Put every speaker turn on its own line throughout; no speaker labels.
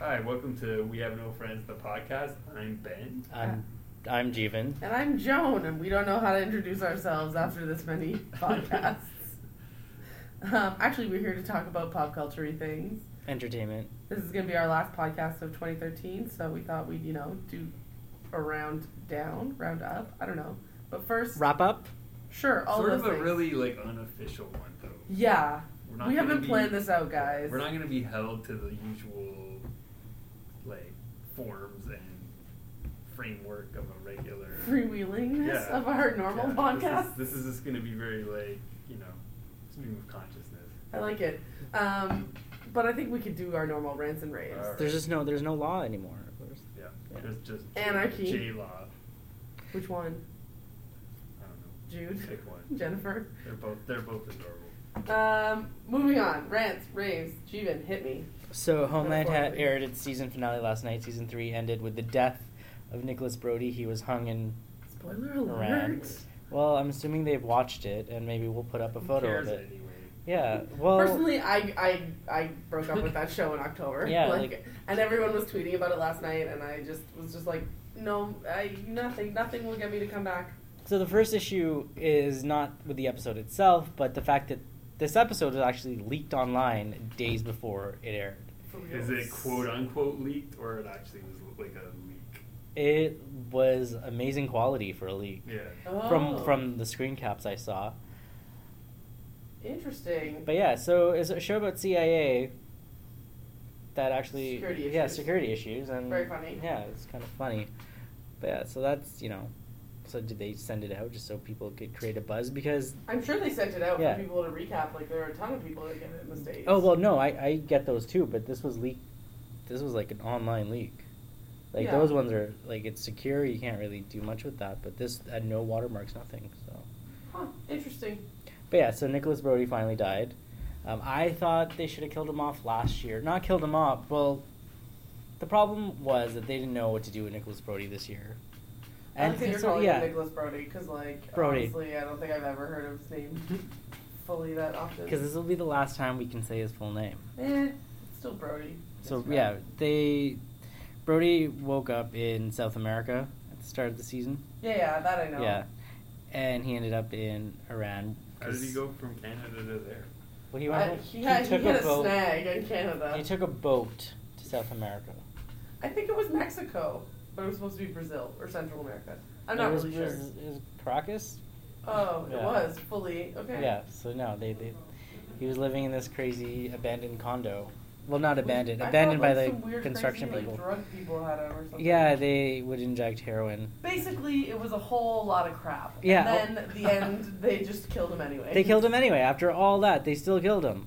Hi, welcome to We Have No Friends, the podcast. I'm Ben.
I'm I'm Jeevan.
And I'm Joan, and we don't know how to introduce ourselves after this many podcasts. um, actually, we're here to talk about pop culture things.
Entertainment.
This is going to be our last podcast of 2013, so we thought we'd, you know, do a round down, round up. I don't know. But first,
Wrap up.
sure, all
sort
those
of a
things.
really like unofficial one though.
yeah.
We're not
we
gonna
haven't
be-
planned this out, guys.
We're not going to be held to the usual like forms and framework of a regular
freewheelingness
Yeah.
of our normal
Yeah,
podcast.
This is, this is just going to be very like you know stream of consciousness.
I like it. Um, but I think we could do our normal rants and raves.
All right.
There's just no there's no law anymore. There's-
Yeah,
Yeah.
there's just
Anarchy.
J law.
Which one?
I don't know.
Jude?
Pick one.
Jennifer?
They're both they're both adorable.
Um, moving on. Rants, raves, Jeevan, hit me.
So Homeland had
Metaphorically.
aired its season finale last night. Season three ended with the death of Nicholas Brody. He was hung in
Spoiler
Iran.
alert.
Well, I'm assuming they've watched it, and maybe we'll put up a
Who
photo
cares
of it.
anyway?
Yeah. Well.
Personally, I, I I broke up with that show in October.
Yeah,
like,
like-
and everyone was tweeting about it last night, and I just was just like, no, I nothing, nothing will get me to come back.
So the first issue is not with the episode itself, but the fact that this episode was actually leaked online days before it aired.
For real.
Is it quote unquote leaked or it actually was like a leak?
It was amazing quality for a leak.
Yeah.
Oh,
From from the screen caps I saw.
interesting.
But yeah, so it's a show about CIA that actually
Security
yeah
issues.
security issues and
Very funny.
yeah it's kind of funny, but yeah so that's you know so did they send it out just so people could create a buzz because
I'm sure they sent it out
Yeah.
for people to recap. Like there are a ton of people that get it in the states.
oh well no I I get those too but this was leak this was like an online leak like
Yeah.
those ones are like it's secure you can't really do much with that but this had no watermarks nothing so.
Huh, interesting.
But yeah, so Nicholas Brody finally died. Um, I thought they should have killed him off last year. Not killed him off. Well, the problem was that they didn't know what to do with Nicholas Brody this year.
I like that you're
so,
calling
yeah,
him Nicholas Brody because, like,
Brody.
honestly, I don't think I've ever heard of his name fully that often.
because this will be the last time we can say his full name.
eh, it's still Brody.
So
That's
yeah,
right.
they Brody woke up in South America at the start of the season.
yeah, yeah, that I know.
Yeah, and he ended up in Iran.
How did he
'cause-
go from Canada to there?
Well, he
He,
went.
I,
home-
he, had, he
took
had
a
a,
boat.
snag in Canada.
He took a boat to South America.
I think it was Mexico, but it was supposed to be Brazil or Central America. I'm
It
not
was-
really
it
sure.
was- it was Caracas.
oh, it
Yeah.
was fully okay.
Yeah, so no, they, they he was living in this crazy abandoned condo. Well, not abandoned,
I
abandoned
thought,
by
like,
the
some weird
construction
crazy,
people.
Like, drug people had him or something.
yeah, they would inject heroin.
Basically, it was a whole lot of crap.
Yeah, oh.
And then at the end, they just killed him anyway.
They killed him anyway. After all that, they still killed him.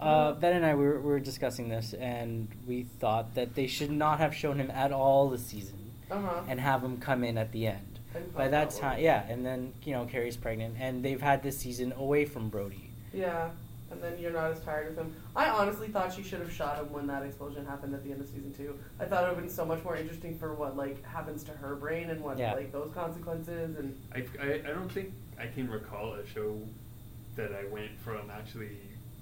Uh, ben and I we were, we were discussing this, and we thought that they should not have shown him at all this season,
Uh huh.
and have him come in at the end.
And
By
fuck
that
that
time,
one.
yeah, and then you know Carrie's pregnant, and they've had this season away from Brody.
Yeah, and then you're not as tired of him. I honestly thought she should have shot him when that explosion happened at the end of season two. I thought it would have been so much more interesting for what like happens to her brain and what
Yeah.
like those consequences and
I, I, I don't think I can recall a show that I went from actually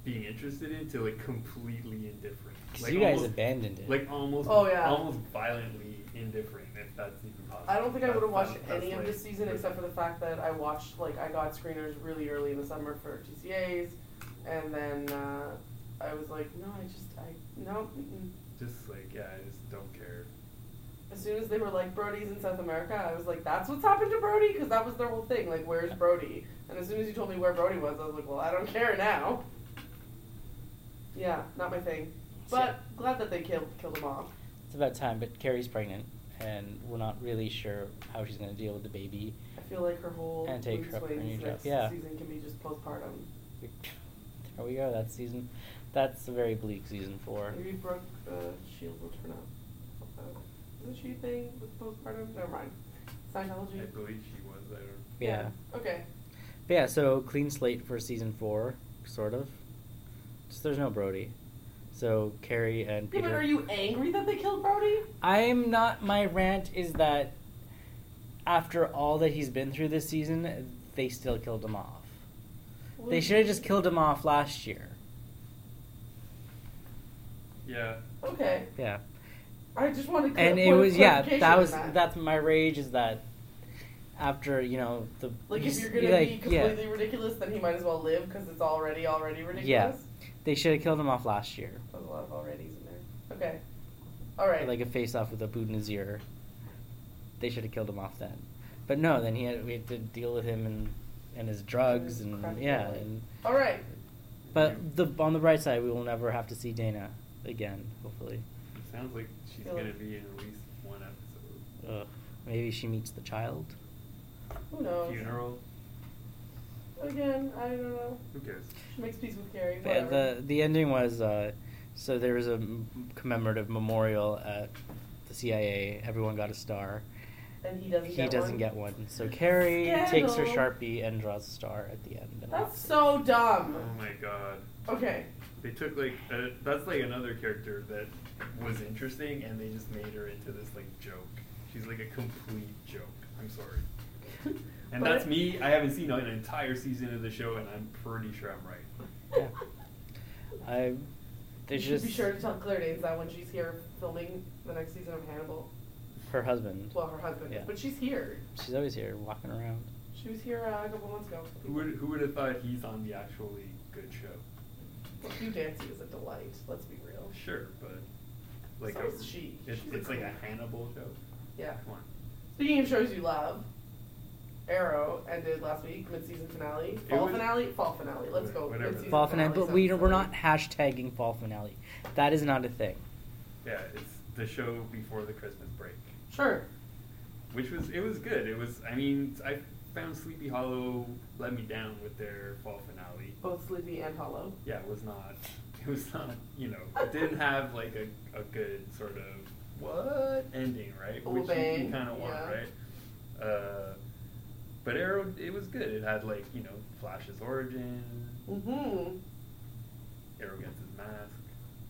being interested in to like completely indifferent.
'Cause
Like
you guys
almost-
abandoned it.
Like almost
Oh, yeah.
almost violently indifferent if that's even possible.
I don't think I would have
That's-
watched
that's
any of
like-
this season except for the fact that I watched like I got screeners really early in the summer for TCAs, and then uh, I was like, no, I just I no. Mm-mm.
just like yeah, I just don't care.
As soon as they were like Brody's in South America, I was like, "That's what's happened to Brody," because that was their whole thing. Like, where's Brody? And as soon as you told me where Brody was, I was like, "Well, I don't care now." Yeah, not my thing. But glad that they killed killed him off.
It's about time, but Carrie's pregnant, and we're not really sure how she's going to deal with the baby.
I feel like her whole
And take
Bruce
her up for
Wayne's
a new job.
next
Yeah.
season can be just postpartum.
There we go. That's season. That's a very bleak season four.
Maybe Brooke uh, Shield will turn up. Uh, isn't she a thing with postpartum? Never mind.
I
Scientology.
believe she was. I don't.
Yeah.
Okay.
But yeah, so clean slate for season four, sort of. Just there's no Brody, so Carrie and
Yeah,
Peter.
but are you angry that they killed Brody?
I'm not. My rant is that after all that he's been through this season, they still killed him off. They should have just killed him off last year.
Yeah.
Okay.
Yeah.
I just wanted to
and it was yeah that was that's my rage is that after you know the
like
you
if
s-
you're gonna
like,
be
yeah,
completely ridiculous, then he might as well live because it's already already ridiculous.
they should have killed him off last year
There's a lot of alreadys in there. Okay. All right.
like a face off with a boot in his ear they should have killed him off then but no then he had we had to deal with him and and his drugs
His
and
crack
yeah
dealing.
and
All right.
but the on the bright side we will never have to see Dana again hopefully
It sounds like she's
Feel it.
gonna be in at least one episode.
Ugh. maybe she meets the child
Who knows?
Funeral.
Again, I don't know.
Who cares?
She makes peace with Gary.
The,
Whatever.
the the ending was uh, so there was a m- commemorative memorial at the CIA. Everyone got a star.
and he doesn't.
he
get
doesn't
one.
get one. So Carrie takes her
Scandal.
sharpie and draws a star at the end. And
That's
walks
so dumb.
Oh my god.
Okay.
They took like a, that's like another character that was interesting, and they just made her into this like joke. She's like a complete joke. I'm sorry. And
But-
that's me. I haven't seen an entire season of the show, and I'm pretty sure I'm right.
Yeah. I
You
there's
should
just
be sure to tell Claire Danes that when she's here filming the next season of Hannibal.
her husband.
Well, her husband.
Yeah.
But she's here.
She's always here walking around.
She was here uh, a couple months ago.
Who would who would have thought he's on the actually good show?
Well, Hugh Dancy is a delight. Let's be real.
Sure, but like
So
a,
is she.
It's,
She's a
it's like a
queen.
Hannibal show.
Yeah.
Come on.
Speaking of shows you love, Arrow ended last week, mid-season finale,
It
fall
was-
finale, fall finale. Let's go.
Whatever.
mid-season
Fall finale, but
sounds
we we're
silly.
not hashtagging fall finale. That is not a thing.
Yeah, it's the show before the Christmas break,
Sure.
which was it was good. It was I mean I found Sleepy Hollow let me down with their fall finale.
Both sleepy and hollow.
Yeah, it was not. It was not. You know, it didn't have like a, a good sort of what ending, right?
Full
Which you, you
bang,
kind of want,
yeah.
right? Uh, but Arrow, it was good. It had like you know Flash's origin.
Mm-hmm.
Arrow gets his mask.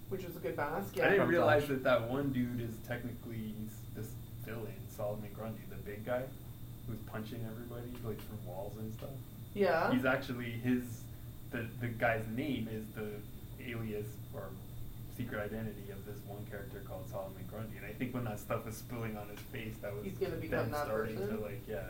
Which was a good mask.
I
Yeah.
didn't
From
realize
Flash.
that that one dude is technically s- this villain, Solomon Grundy, the big guy who's punching everybody like through walls and stuff.
yeah.
He's actually his the the guy's name is the alias or secret identity of this one character called Solomon Grundy, and I think when that stuff was spilling on his face, that was
He's gonna become
them
that
starting
person?
to like yeah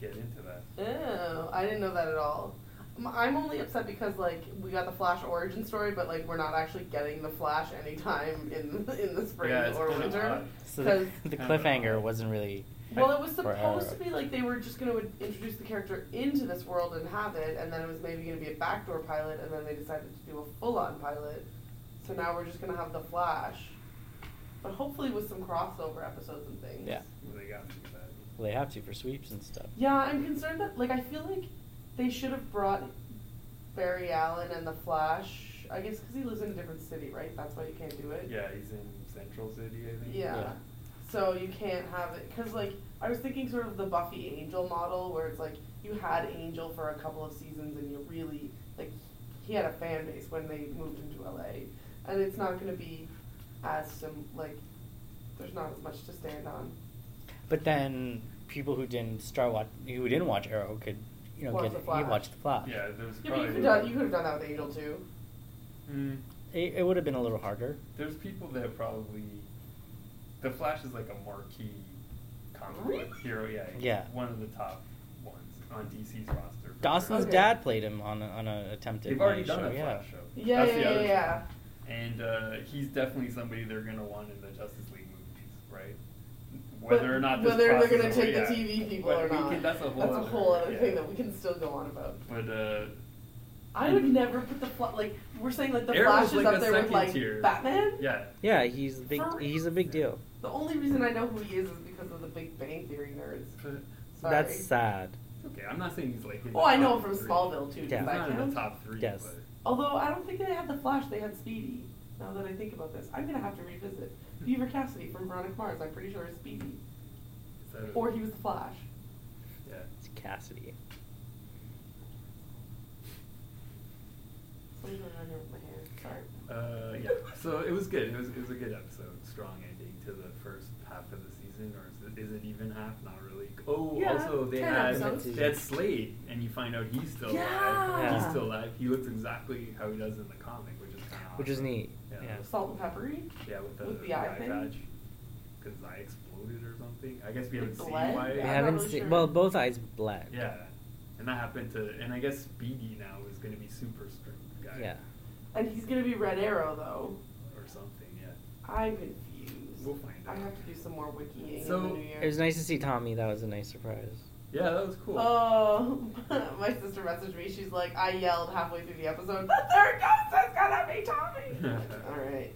get into that.
Oh, I didn't know that at all. M- I'm only upset because like we got the Flash origin story, but like we're not actually getting the Flash anytime in in the spring
Yeah, it's
or
kinda
winter.
odd.
So uh, the,
'Cause-
the
Kinda
cliffhanger
odd.
wasn't really.
Well, it was
for Arrow.
supposed to be like they were just going to introduce the character into this world and have it, and then it was maybe going to be a backdoor pilot, and then they decided to do a full-on pilot. So now we're just going to have the Flash, but hopefully with some crossover episodes and things.
Yeah.
Well, they got to do that.
Well, they have to for sweeps and stuff.
Yeah, I'm concerned that like I feel like they should have brought Barry Allen and the Flash. I guess because he lives in a different city, right? That's why you can't do it.
Yeah, he's in Central City, I think.
Yeah.
Yeah.
So you can't have it because like I was thinking sort of the Buffy Angel model where it's like you had Angel for a couple of seasons and you really like he had a fan base when they moved into LA and it's not going to be as some like there's not as much to stand on.
But then people who didn't start watch, who didn't watch Arrow could, you know,
Watch
get
The
you
Flash.
watch the Flash.
Yeah, there's
Yeah, but you
probably
could have done you could have done that with Angel too.
Mm.
It, it would have been a little harder.
There's people that probably the Flash is like a marquee comic book
Really?
hero. Yeah, he's
Yeah.
one of the top ones on DC's roster. for
Dawson's
sure.
Okay.
dad played him on a, on a attempted.
They've already
Miami
done
show,
a
yeah.
Flash show.
Yeah,
That's the
yeah,
other
yeah,
thing.
yeah.
And uh, he's definitely somebody they're gonna want in the Justice League movies, right? Whether
But
or not this
whether they're
crosses
gonna
over,
take
yeah.
the TV people
But
or
we
not.
can- that's a whole other,
other
yeah.
thing that we can still go on about.
But uh,
I would never put the fla- like we're saying like the
Arrow's
Flash is
like
up
the
there with
second
like
tier.
Batman.
yeah,
Yeah, he's a big.
For real?
He's a big deal.
The only reason I know who he is is because of the Big Bang Theory nerds.
but
Sorry.
That's sad.
it's okay. I'm not saying he's like. in
Oh,
the
I know
top
him from
three.
Smallville too.
He's
Yeah.
Does that
not in
count?
the top three.
Yes.
but-
Although I don't think they had the Flash, they had Speedy. Now that I think about this, I'm gonna have to revisit Beaver Cassidy from Veronica Mars. I'm pretty sure is Speedy,
is that a-
or he was the Flash.
Yeah.
It's Cassidy.
Something's going on here with my hair. Sorry.
Uh, yeah, so it was good. It was, it was a good episode. Strong ending to the first half of the season, or is it, is it even half? Not really. Oh,
Yeah,
also they
10
had
episodes.
they had Slade, and you find out he's still alive.
Yeah.
He's still alive. He looks exactly how he does in the comic, which is
which was neat.
Yeah.
Yeah.
Salt and peppery.
Yeah, with the,
With the eye thing?
patch. Because eye exploded or something. I guess we
It
haven't seen
bled?
why.
Yeah,
We
I'm not
haven't
really
seen.
sure.
Well, both eyes bled.
Yeah, and that happened to, and I guess Speedy now is going to be super strength guy.
Yeah.
And he's gonna be Red Arrow though.
Or something. Yeah.
I'm confused.
We'll find
I
out.
have to do some more wikiing
So,
in the new year.
It was nice to see Tommy. That was a nice surprise.
Yeah, that was cool.
Oh, my sister messaged me. She's like, I yelled halfway through the episode, the third ghost is gonna be Tommy. All right,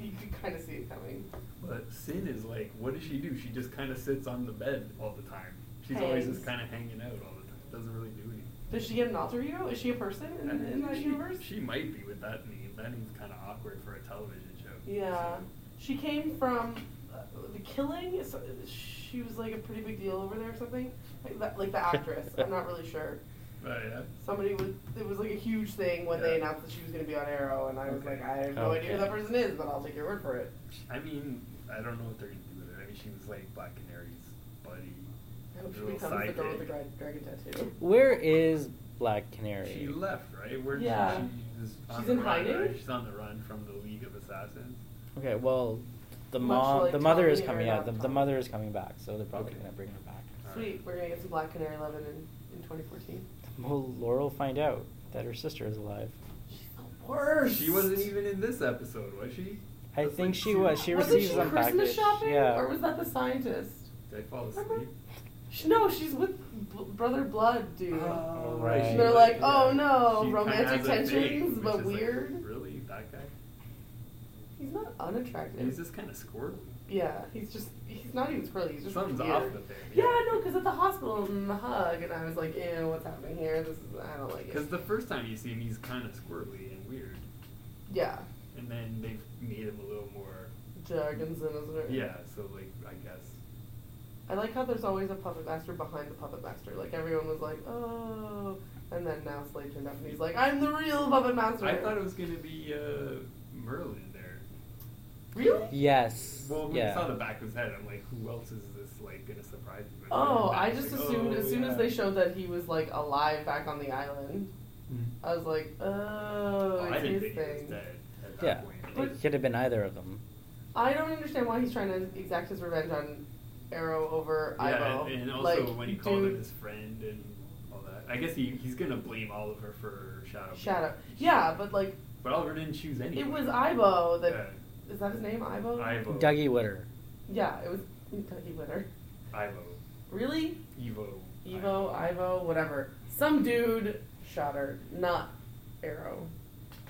you could kind of see it coming.
But Sin is like, what does she do? She just kind of sits on the bed all the time. She's always just
Hangs.
kind of hanging out all the time. Doesn't really do anything.
Does she get an alter ego? Is she a person in, in that
she,
universe?
She might be with that name. That name's kind of awkward for a television show.
Yeah, she came from uh, The Killing. So uh, she was like a pretty big deal over there or something. Like, that, like the actress. I'm not really sure.
But yeah.
Somebody was. It was like a huge thing when they
Yeah.
announced that she was going to be on Arrow, and I was
Okay.
like, I have no idea who
Okay.
that person is, but I'll take your word for it.
I mean, I don't know what they're gonna do with her. I mean, she was like Black Canary's buddy.
I hope she
her little
becomes the girl with the
sidekick.
dra- dragon tattoo.
Where is Black Canary?
She left, right? Where
Yeah.
did she? She's, on
She's
the
in
run,
hiding?
right? She's on the run from the League of Assassins.
Okay, well, the
Much
mom,
like
the mother is
Tommy or
coming
not
out. The, the
Tommy.
mother is coming back, so they're probably
Okay.
gonna bring her back.
All
Sweet,
right.
we're gonna get some Black Canary Eleven in, in 2014.
Will Laurel find out that her sister is alive?
She's the worst.
She wasn't even in this episode, was she?
I
That's,
think
like,
she
two-
was. She
wasn't
receives
she
them
Christmas
package.
shopping,
Yeah.
or was that the scientist?
Did I fall
Remember?
asleep?
She, no, she's with B- Brother Blood, dude.
Oh,
Right.
she
They're
was-
like, "Oh, no,
She kinda has
romantic
a thing,"
tensions,
which
but
is like,
weird.
really, that guy?
He's not unattractive.
He's just kind of squirrely.
yeah, he's just he's not even squirrely. He's just
Something's
weird.
off with him.
Yeah, no, because at the hospital in the hug, and I was like, ew, what's happening here? This is I don't like
Because
it.
the first time you see him, he's kind of squirrely and weird,
yeah,
and then they've made him a little more.
Jorgensen isn't it?
Yeah, so like I guess.
I like how there's always a puppet master behind the puppet master. Like everyone was like, oh, and then now Slade turned up and he's like, I'm the real puppet master.
I thought it was gonna be uh, Merlin there.
really.
Yes.
Well, when
yeah.
you saw the back of his head, I'm like, who else is this like gonna surprise you? And
Oh,
then
I
was
just
like,
assumed
oh,
as soon
yeah.
as they showed that he was like alive back on the island, I was like, oh,
Oh,
it's
Hmm. I didn't
his
think
thing.
he was dead at that
yeah.
point.
But-
It could have been either of them.
I don't understand why he's trying to exact his revenge on Arrow over
Yeah,
Ivo.
and, and also
like,
when he called him
dude,
his friend and all that. I guess he, he's gonna blame Oliver for Shadow.
Shadow. Yeah, but like
But Oliver didn't choose anyone.
it was Ivo that is
Yeah.
that his name? Ivo.
Ivo.
Dougie Witter.
Yeah, it was Kentucky Winter.
Ivo.
Really?
Evo.
Evo, Ivo, whatever. Some dude shot her, not Arrow.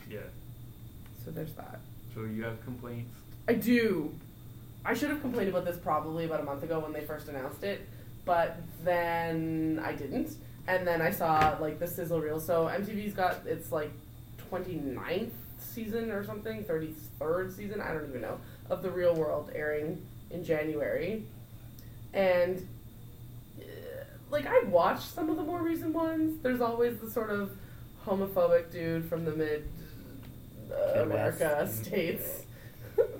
Yeah.
So there's that.
So you have complaints?
I do. I should have complained about this probably about a month ago when they first announced it, but then I didn't. And then I saw like the sizzle reel. So MTV's got its like 29th season or something, 33rd season, I don't even know, of The Real World airing in January. And uh, like I watched some of the more recent ones. There's always the sort of homophobic dude from the mid uh,
Midwest.
America states.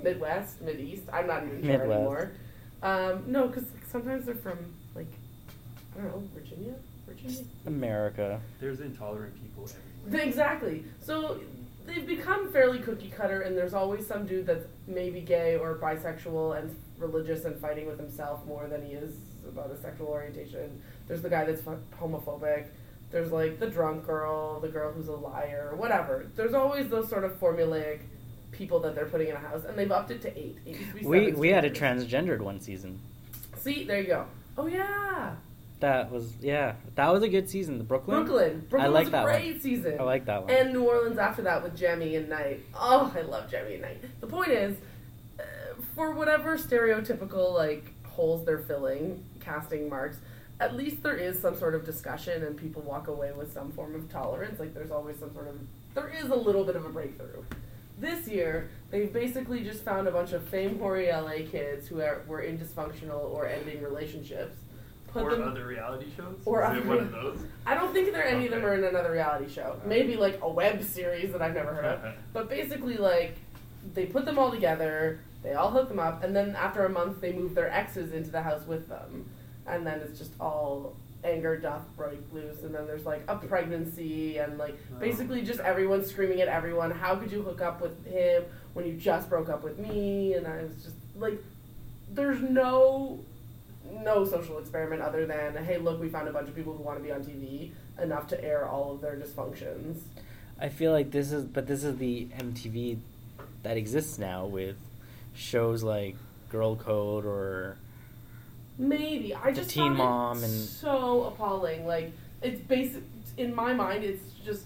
Midwest, Mid East. I'm not even sure
Midwest.
anymore. Um, no, because sometimes they're from like I don't know Virginia, Virginia.
America.
There's intolerant people everywhere.
Th- Exactly. So they've become fairly cookie cutter, and there's always some dude that's maybe gay or bisexual and religious and fighting with himself more than he is about his sexual orientation. There's the guy that's fu- homophobic. There's like the drunk girl, the girl who's a liar, whatever. There's always those sort of formulaic people that they're putting in a house, and they've upped it to eight. It used to be
We
seven
we had a
standards.
transgendered one season.
See, there you go. Oh yeah,
That was yeah. That was a good season. The Brooklyn.
Brooklyn. Brooklyn
I like
was a
that one. Oh,
great season.
I like that one.
And New Orleans after that with Jemmy and Knight. Oh, I love Jemmy and Knight. The point is, uh, for whatever stereotypical like holes they're filling, casting marks, at least there is some sort of discussion and people walk away with some form of tolerance. Like there's always some sort of there is a little bit of a breakthrough. This year, they've basically just found a bunch of fame hoary LA kids who are, were in dysfunctional or ending relationships. Put
or
them,
other reality shows?
Or
Is
other-
it one of those?
I don't think there any of them
Okay.
are in another reality show. Maybe like a web series that I've never heard of. But basically, like they put them all together, they all hook them up, and then after a month, they move their exes into the house with them, and then it's just all anger doth break loose, and then there's like a pregnancy, and like
Oh.
basically just everyone screaming at everyone. How could you hook up with him when you just broke up with me? And I was just like, there's no no social experiment other than hey look we found a bunch of people who want to be on tv enough to air all of their dysfunctions
I feel like this is, but this is the MTV that exists now with shows like Girl Code or
maybe i
The
just
Teen
found
Mom
it
and-
so appalling like it's basic in my mind it's just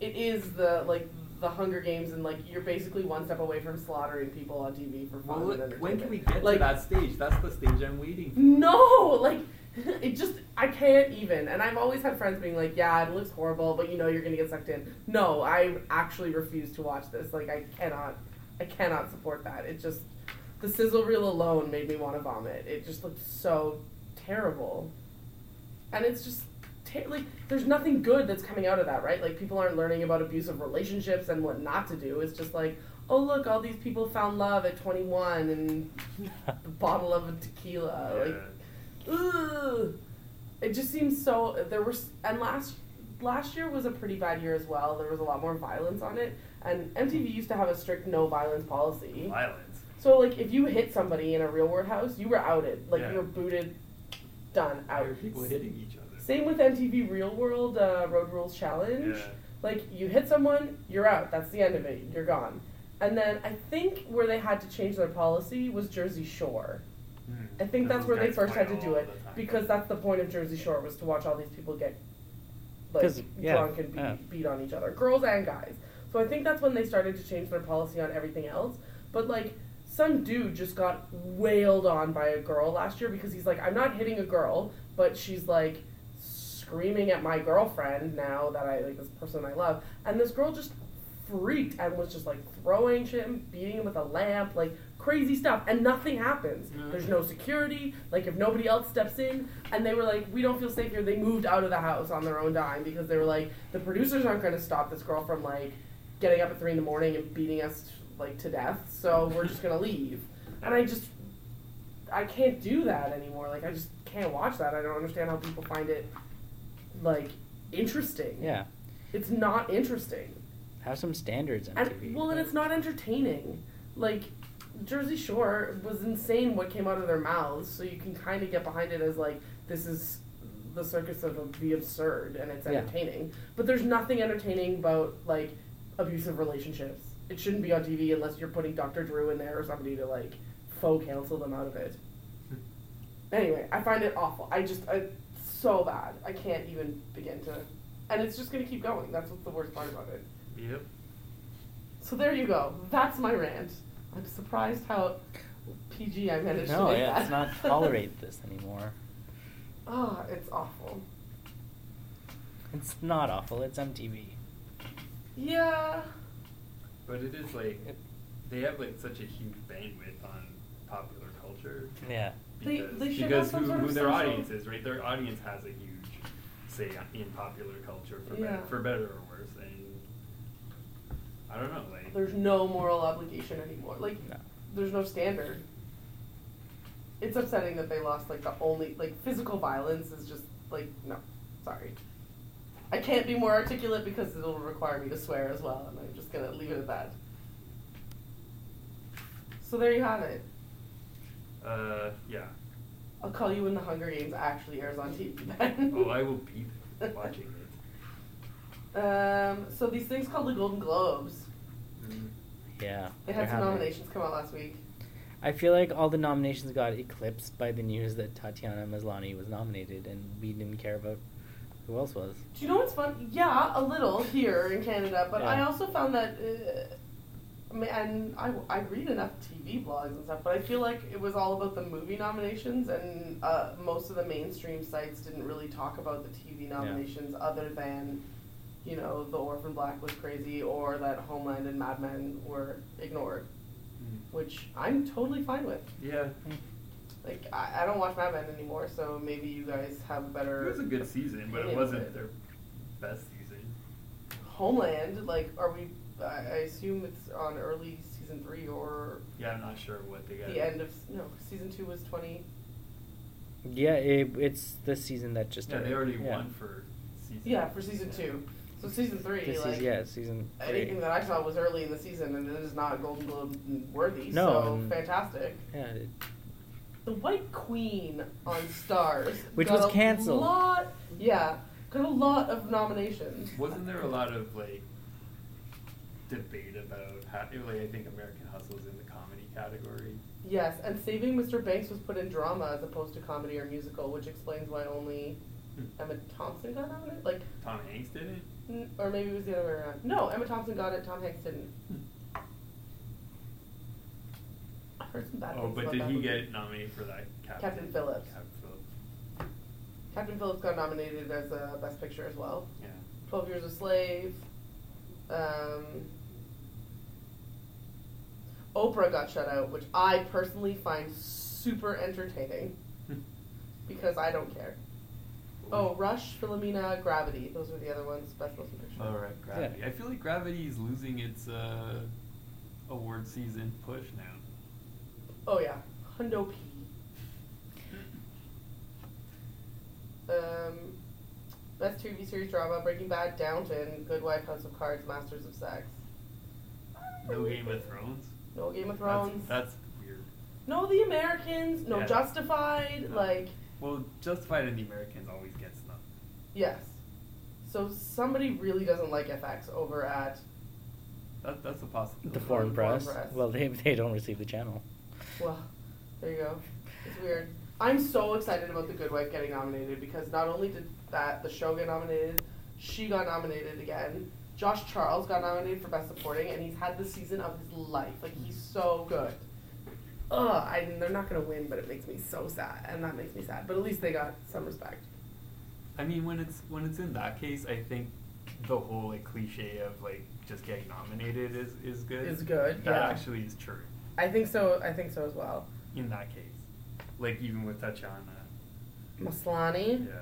it is the like the hunger games and like you're basically one step away from slaughtering people on tv for fun
Well,
and
look, when can we get
entertainment. like
to that stage? That's the stage I'm waiting for.
No, like it just I can't even. And I've always had friends being like, "Yeah, it looks horrible, but you know you're gonna get sucked in." No, I actually refuse to watch this. Like I cannot, I cannot support that. It just the sizzle reel alone made me want to vomit. It just looked so terrible, and it's just. ter- Like, there's nothing good that's coming out of that, right? Like, people aren't learning about abusive relationships and what not to do. It's just like, oh, look, all these people found love at 21 and a bottle of tequila. uh, Like,
Yeah.
ugh. It just seems so. There was and last last year was a pretty bad year as well. There was a lot more violence on it, and MTV used to have a strict no violence policy.
Violence.
So like, if you hit somebody in a real world house, you were outed. Like
Yeah.
you were booted, done
Why
out.
are people hitting each other?
Same with MTV Real World uh, Road Rules Challenge.
Yeah.
Like you hit someone, you're out. That's the end of it. You're gone. And then I think where they had to change their policy was Jersey Shore.
Mm.
I think
Those
that's where they
guys
first had to
fight
do
all
it
the time.
because that's the point of Jersey Shore was to watch all these people get
'Cause,
like
yeah,
drunk and beat,
yeah.
beat on each other, girls and guys. So I think that's when they started to change their policy on everything else. But like some dude just got wailed on by a girl last year because he's like, I'm not hitting a girl, but she's like screaming at my girlfriend now that I like this person I love, and this girl just freaked and was just like throwing shit and beating him with a lamp, like crazy stuff, and nothing happens.
Yeah.
There's no security. Like if nobody else steps in, and they were like, we don't feel safe here. They moved out of the house on their own dime because they were like, the producers aren't going to stop this girl from like getting up at three in the morning and beating us like to death. So we're just gonna leave. And I just, I can't do that anymore. Like I just can't watch that. I don't understand how people find it like interesting.
yeah,
It's not interesting.
have some standards MTV.
And, well, and it's not entertaining. Like, Jersey Shore was insane what came out of their mouths, so you can kind of get behind it as, like, this is the circus of the absurd and it's
Yeah.
entertaining. But there's nothing entertaining about, like, abusive relationships. It shouldn't be on TV unless you're putting Dr. Drew in there or somebody to, like, faux cancel them out of it. Anyway, I find it awful. I just, I, so bad. I can't even begin to. And it's just going to keep going. That's what's the worst part about it.
Yep.
So there you go. That's my rant. I'm surprised how PG I managed to
no,
make
yeah,
that.
it's not tolerate this anymore.
Ah, it's awful.
It's not awful. It's MTV.
Yeah.
But it is like they have like such a huge bandwidth on popular culture.
Yeah.
They-
Because,
they should
because
have some
who,
sort
who
of
their
social-
audience is, right? Their audience has a huge say in popular culture for
Yeah.
better, for better or worse, and I don't know, like
There's no moral obligation anymore. Like,
No.
there's no standard. It's upsetting that they lost, like, the only, like, physical violence is just, like, no. Sorry. I can't be more articulate because it'll require me to swear as well, and I'm just gonna leave it at that. So there you have it.
uh, yeah.
I'll call you when the Hunger Games actually airs on TV then.
Oh, I will be there watching it.
Um, so these things called the Golden Globes. Mm-hmm.
Mm.
Yeah.
They
they're
had some
happening.
nominations come out last week.
I feel like all the nominations got eclipsed by the news that Tatiana Maslany was nominated, and we didn't care about who else was.
Do you know what's fun? Yeah, a little here in Canada, but I
Yeah.
also found that, uh, I mean, and I, I read enough TV blogs and stuff, but I feel like it was all about the movie nominations, and uh, most of the mainstream sites didn't really talk about the TV nominations other than, you know, The Orphan Black was crazy or that Homeland and Mad Men were ignored,
Mm.
which I'm totally fine with.
Yeah,
Like I, I don't watch Mad Men anymore, so maybe you guys have a
it
better
was a good season, but
Yeah.
it wasn't their best season.
Homeland. Like, are we? I, I assume it's on early season three or
Yeah, I'm not sure what they got.
the end of no season two was twenty
Yeah, it, it's the season that just
yeah,
started.
they already
yeah.
won for season.
Yeah, for season two. So season three,
This
like
is yeah, season.
anything
three.
that I saw was early in the season, and it is not Golden Globe worthy.
No,
so
and-
fantastic.
Yeah, it-
The White Queen on Stars,
Which
got
was
a
canceled.
Lot, yeah, got a lot of nominations.
Wasn't there a lot of like debate about how? Like, I think American Hustle is in the comedy category.
Yes, and Saving Mr. Banks was put in drama as opposed to comedy or musical, which explains why only
Hmm.
Emma Thompson got nominated. Like,
Tom Hanks did it.
n- or maybe it was the other way around. No, Emma Thompson got it. Tom Hanks didn't. I heard some bad
oh,
things
but
about
did
that
he
movie.
get nominated for that? Captain,
Captain Phillips.
Captain Phillips.
Captain Phillips got nominated as uh, Best Picture as well.
Yeah.
Twelve Years a Slave. Um, Oprah got shut out, which I personally find super entertaining because I don't care. Oh, Rush, Philomena, Gravity. Those were the other ones. Best Motion Picture.
All right, Gravity. I feel like Gravity is losing its uh, award season push now.
Oh yeah, Hundo P. Um, best TV series drama: Breaking Bad, Downton, Good Wife, House of Cards, Masters of Sex.
No Game of Thrones.
No Game of
That's-
Thrones.
That's, weird.
no The Americans. No
Yeah.
Justified.
No.
Like
Well, Justified and the Americans always get snubbed.
yes. So somebody really doesn't like FX over at
That, that's a possibility.
the foreign
Foreign
press.
press.
Well, they they don't receive the channel.
Well, there you go. It's weird. I'm so excited about The Good Wife getting nominated because not only did that the show get nominated, she got nominated again. Josh Charles got nominated for Best Supporting, and he's had the season of his life. Like he's so good. Ugh, I they're not gonna win, but it makes me so sad, and that makes me sad. But at least they got some respect.
I mean, when it's when it's in that case, I think the whole like cliche of like just getting nominated is is good.
Is good,
That
yeah.
actually is true
I think so. I think so as well.
in that case. Like even with Tatiana.
Maslani,
Yeah.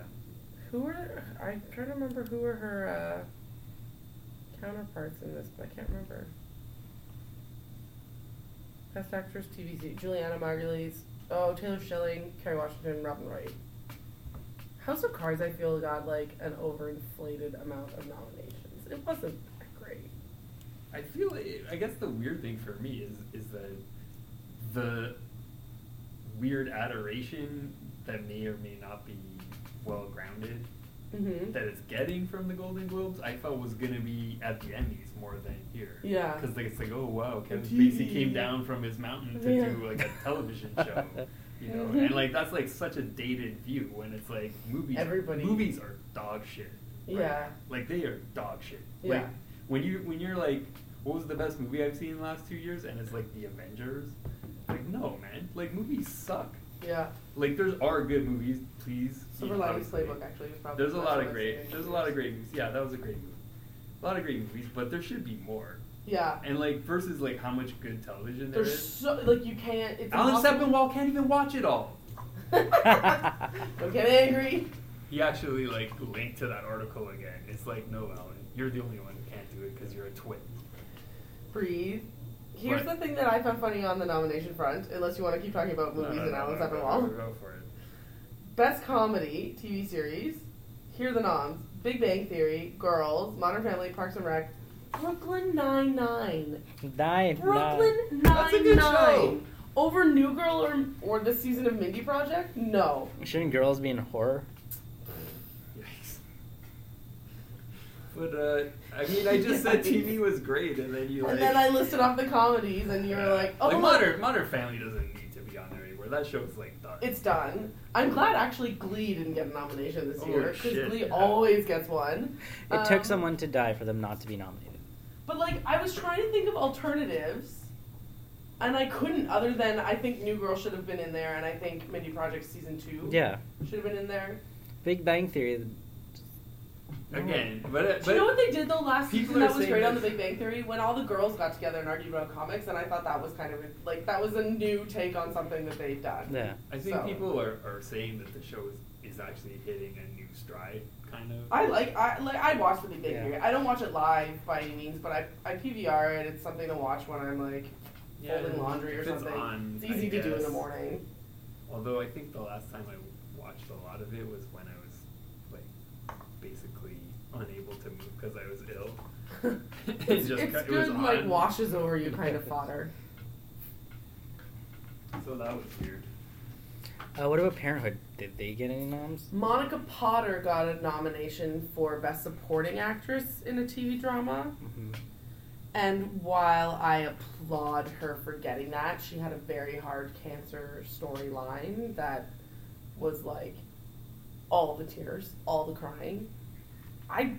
who were I'm trying to remember who were her uh, counterparts in this, but I can't remember. Best Actress TV series: Juliana Margulies, oh Taylor Schilling, Kerry Washington, Robin Wright. House of Cards, I feel got like an overinflated amount of nominations. It wasn't that great.
I feel it, I guess the weird thing for me is is that the weird adoration that may or may not be well grounded
Mm-hmm.
that it's getting from the Golden Globes, I felt was gonna be at the Emmys more than here.
Yeah.
Because like, it's like, oh wow, Kevin
TV.
Spacey came down from his mountain to
Yeah.
do like a television show, you know,
Mhm.
and like that's like such a dated view when it's like movies.
Everybody-
Movies are dog shit. right
Yeah.
now. Like they are dog shit.
Yeah.
Like when you when you're like, what was the best movie I've seen in the last two years? And it's like The Avengers. Like no man, like movies suck.
Yeah.
Like there's are good movies, please.
Silver
you know,
Linings
obviously.
Playbook actually was probably
There's a
the
lot
best
of
one I've seen
great.
in
There's a
years.
lot of great movies. Yeah, that was a great movie. A lot of great movies, but there should be more.
Yeah.
And like versus like how much good television there
There's
is.
so like you can't. It's
Alan
impossible.
Sepinwall can't even watch it all.
Don't get angry.
He actually like linked to that article again. It's like no, Alan, you're the only one who can't do it because you're a twit.
Breathe. Here's
Right.
the thing that I found funny on the nomination front, unless you want to keep talking about
No,
movies
no,
and
no,
Alan
no,
Sepinwall.
no, no, Go for it.
Best comedy TV series. Here are the noms: Big Bang Theory, Girls, Modern Family, Parks and Rec, Brooklyn Nine Nine.
Nine.
Brooklyn Nine Nine.
That's a good show.
Over New Girl or or the season of Mindy Project? No.
nine. Shouldn't girls be in horror?
Yikes. But uh, I mean, I just said TV was great, and then you like.
And then I listed off the comedies, and you were like, "Oh,
like
look,
modern modern family doesn't need to be on there anymore. That show's like done.
It's done. I'm glad actually Glee didn't get a nomination this
Oh,
year because
shit.
Glee always gets one.
It took
Um,
someone to die for them not to be nominated.
But like, I was trying to think of alternatives, and I couldn't. Other than I think New Girl should have been in there, and I think Mindy Project season two
Yeah.
should have been in there.
Big Bang Theory.
Again, but it-
Do
but
you know what they did though last
people
season?
are
That was
saying
great on The
that-
Big Bang Theory when all the girls got together and argued about comics, and I thought that was kind of like that was a new take on something that they've done.
Yeah.
I think
So-
people are, are saying that the show is, is actually hitting a new stride, kind of.
I like I like I watch The Big Bang
Yeah.
Theory. I don't watch it live by any means, but I I PVR it. It's something to watch when I'm like folding laundry or
if
something.
It's, on,
it's easy
I
to do in
guess.
the morning.
Although I think the last time I watched a lot of it was when I was like basically unable to move because I was ill. It
it's
just
it's
ki- it was
good, like
on.
washes over you kind of fodder.
So that was weird.
Uh, what about Parenthood? Did they get any noms?
Monica Potter got a nomination for Best Supporting Actress in a TV drama.
Mhm.
And while I applaud her for getting that, she had a very hard cancer storyline that was like all the tears, all the crying. I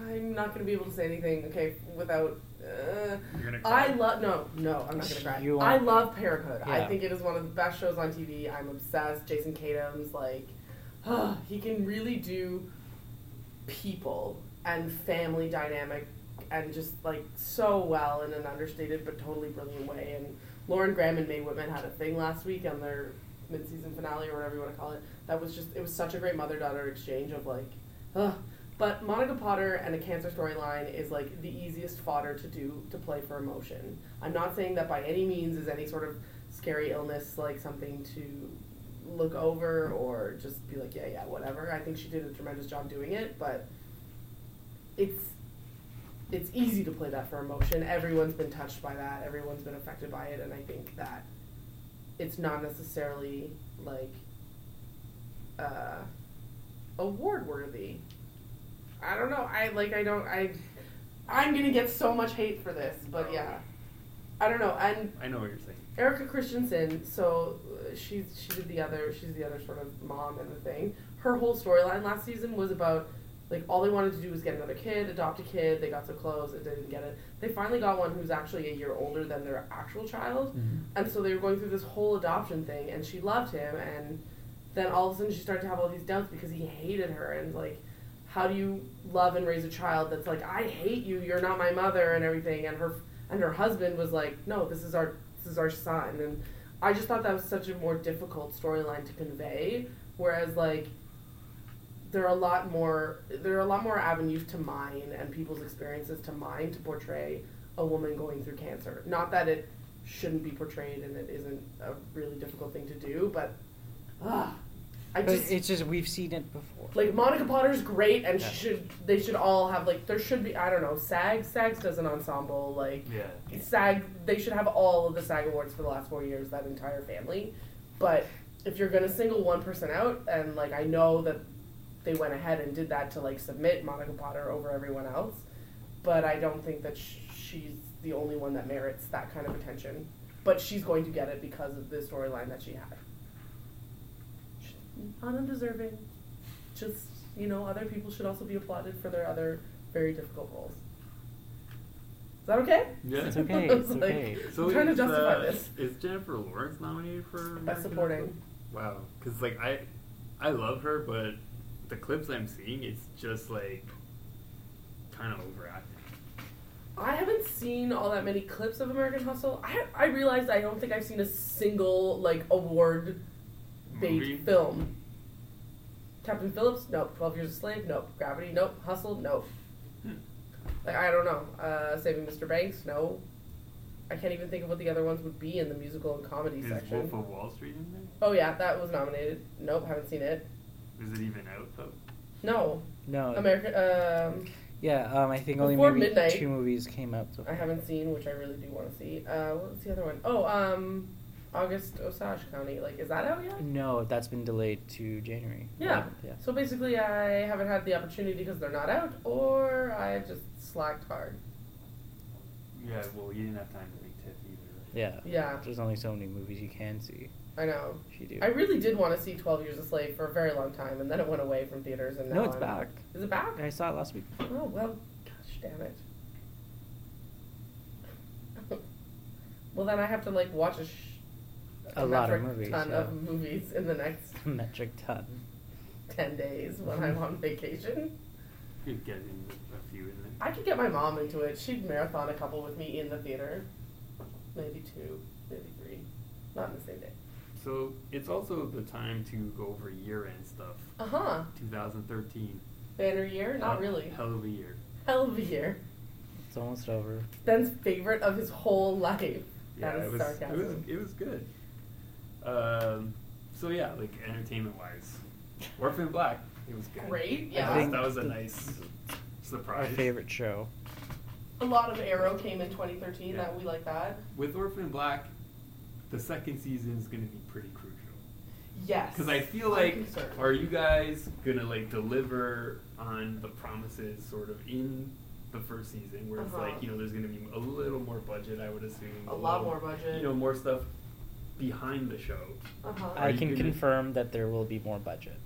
I'm not going to be able to say anything okay without uh,
You're gonna cry.
I love no, no, I'm not gonna cry.
You
I
won't.
love Parenthood. I
Yeah.
think it is one of the best shows on TV. I'm obsessed. Jason Kadam's like, he can really do people and family dynamic and just like so well in an understated but totally brilliant way. And Lauren Graham and Mae Whitman had a thing last week on their mid-season finale or whatever you want to call it. That was just it was such a great mother-daughter exchange of like, ugh. But Monica Potter and a cancer storyline is like the easiest fodder to do to play for emotion. I'm not saying that by any means is any sort of scary illness like something to look over or just be like, yeah, yeah, whatever. I think she did a tremendous job doing it, but it's it's easy to play that for emotion. Everyone's been touched by that. Everyone's been affected by it, and I think that it's not necessarily like uh, award worthy. I don't know. I like. I don't. I. I'm gonna get so much hate for this, but yeah. I don't know. And
I know what you're saying.
Erica Christensen, so uh, she's she did the other she's the other sort of mom in the thing. Her whole storyline last season was about like all they wanted to do was get another kid, adopt a kid. They got so close, and they didn't get it. They finally got one who's actually a year older than their actual child, and so they were going through this whole adoption thing. And she loved him, and then all of a sudden she started to have all these doubts because he hated her, and like, how do you love and raise a child that's like I hate you, you're not my mother, and everything. And her and her husband was like, no, this is our this is our son, and I just thought that was such a more difficult storyline to convey. Whereas like there are a lot more there are a lot more avenues to mine and people's experiences to mine to portray a woman going through cancer. Not that it shouldn't be portrayed and it isn't a really difficult thing to do, but ah, I
But
just
it's just we've seen it before.
like Monica Potter's great and
Yeah.
she should they should all have like there should be I don't know SAG SAGs does an ensemble like
Yeah.
SAG, they should have all of the SAG awards for the last four years, that entire family. But if you're gonna single one person out, and like I know that they went ahead and did that to like submit Monica Potter over everyone else, but I don't think that sh- she's the only one that merits that kind of attention. But she's going to get it because of the storyline that she had. She's undeserving. Just you know, other people should also be applauded for their other very difficult roles. Is that okay?
Yeah.
It's okay,
I was
it's okay.
I'm trying to
is, uh,
justify this.
Is Jennifer Lawrence nominated for American
supporting.
Idol? Wow, because like I, I love her, but the clips I'm seeing, it's just like kind of overacting.
I haven't seen all that many clips of American Hustle. I I realized I don't think I've seen a single like award
Movie?
based film. Captain Phillips, nope. Twelve Years a Slave, nope. Gravity, nope. Hustle, nope.
Hmm.
Like I don't know. Uh, Saving Mr. Banks, no. I can't even think of what the other ones would be in the musical and comedy
Is
section.
Wolf of Wall Street in there?
Oh yeah, that was nominated. Nope, haven't seen it.
Is it even out though?
No,
No.
America. Um,
Yeah, um, I think only
Before
maybe
Midnight.
two movies came out. So
I haven't seen, which I really do want to see. Uh, what's the other one? Oh, um, August Osage County. Like, is that out yet?
No, that's been delayed to January.
Yeah.
Yeah.
So basically, I haven't had the opportunity because they're not out, or I just slacked hard.
Yeah. Well, you didn't have time to make TIFF either.
Yeah.
Yeah.
There's only so many movies you can see
I know.
if you do.
I really did want to see Twelve Years a Slave for a very long time, and then it went away from theaters, and now
no, it's
I'm-
back.
Is it back?
I saw it last week.
Oh well, gosh damn it. well, then I have to like watch a. Sh-
A lot of
metric
movies,
Ton
yeah.
of movies in the next
Metric ton.
10 days when I'm on vacation.
You could get in a few in there.
I could get my mom into it. She'd marathon a couple with me in the theater. Maybe two, maybe three. Not in the same day.
So it's also the time to go over year-end stuff.
Uh huh.
2013.
Banner year? Not
Hell-
really.
Oh, Hell of a year.
Hell of a year.
It's almost over.
Ben's favorite of his whole life.
Yeah,
that is
it was,
sarcasm.
It was, it was good. Um, So yeah, like entertainment wise, Orphan Black, it was good.
Great,
I
yeah.
thought that was a nice
Our
surprise.
favorite show.
A lot of Arrow came in 2013.
Yeah.
That we like that.
With Orphan Black, the second season is going to be pretty crucial
Yes.
because I feel
I'm
like
concerned.
are you guys going to like deliver on the promises sort of in the first season where it's
Uh-huh.
like you know there's going to be a little more budget I would assume
A lot
little-
more
you
budget.
know more stuff behind the show.
Uh-huh.
Are
I
you
can
gonna-
confirm that there will be more budget.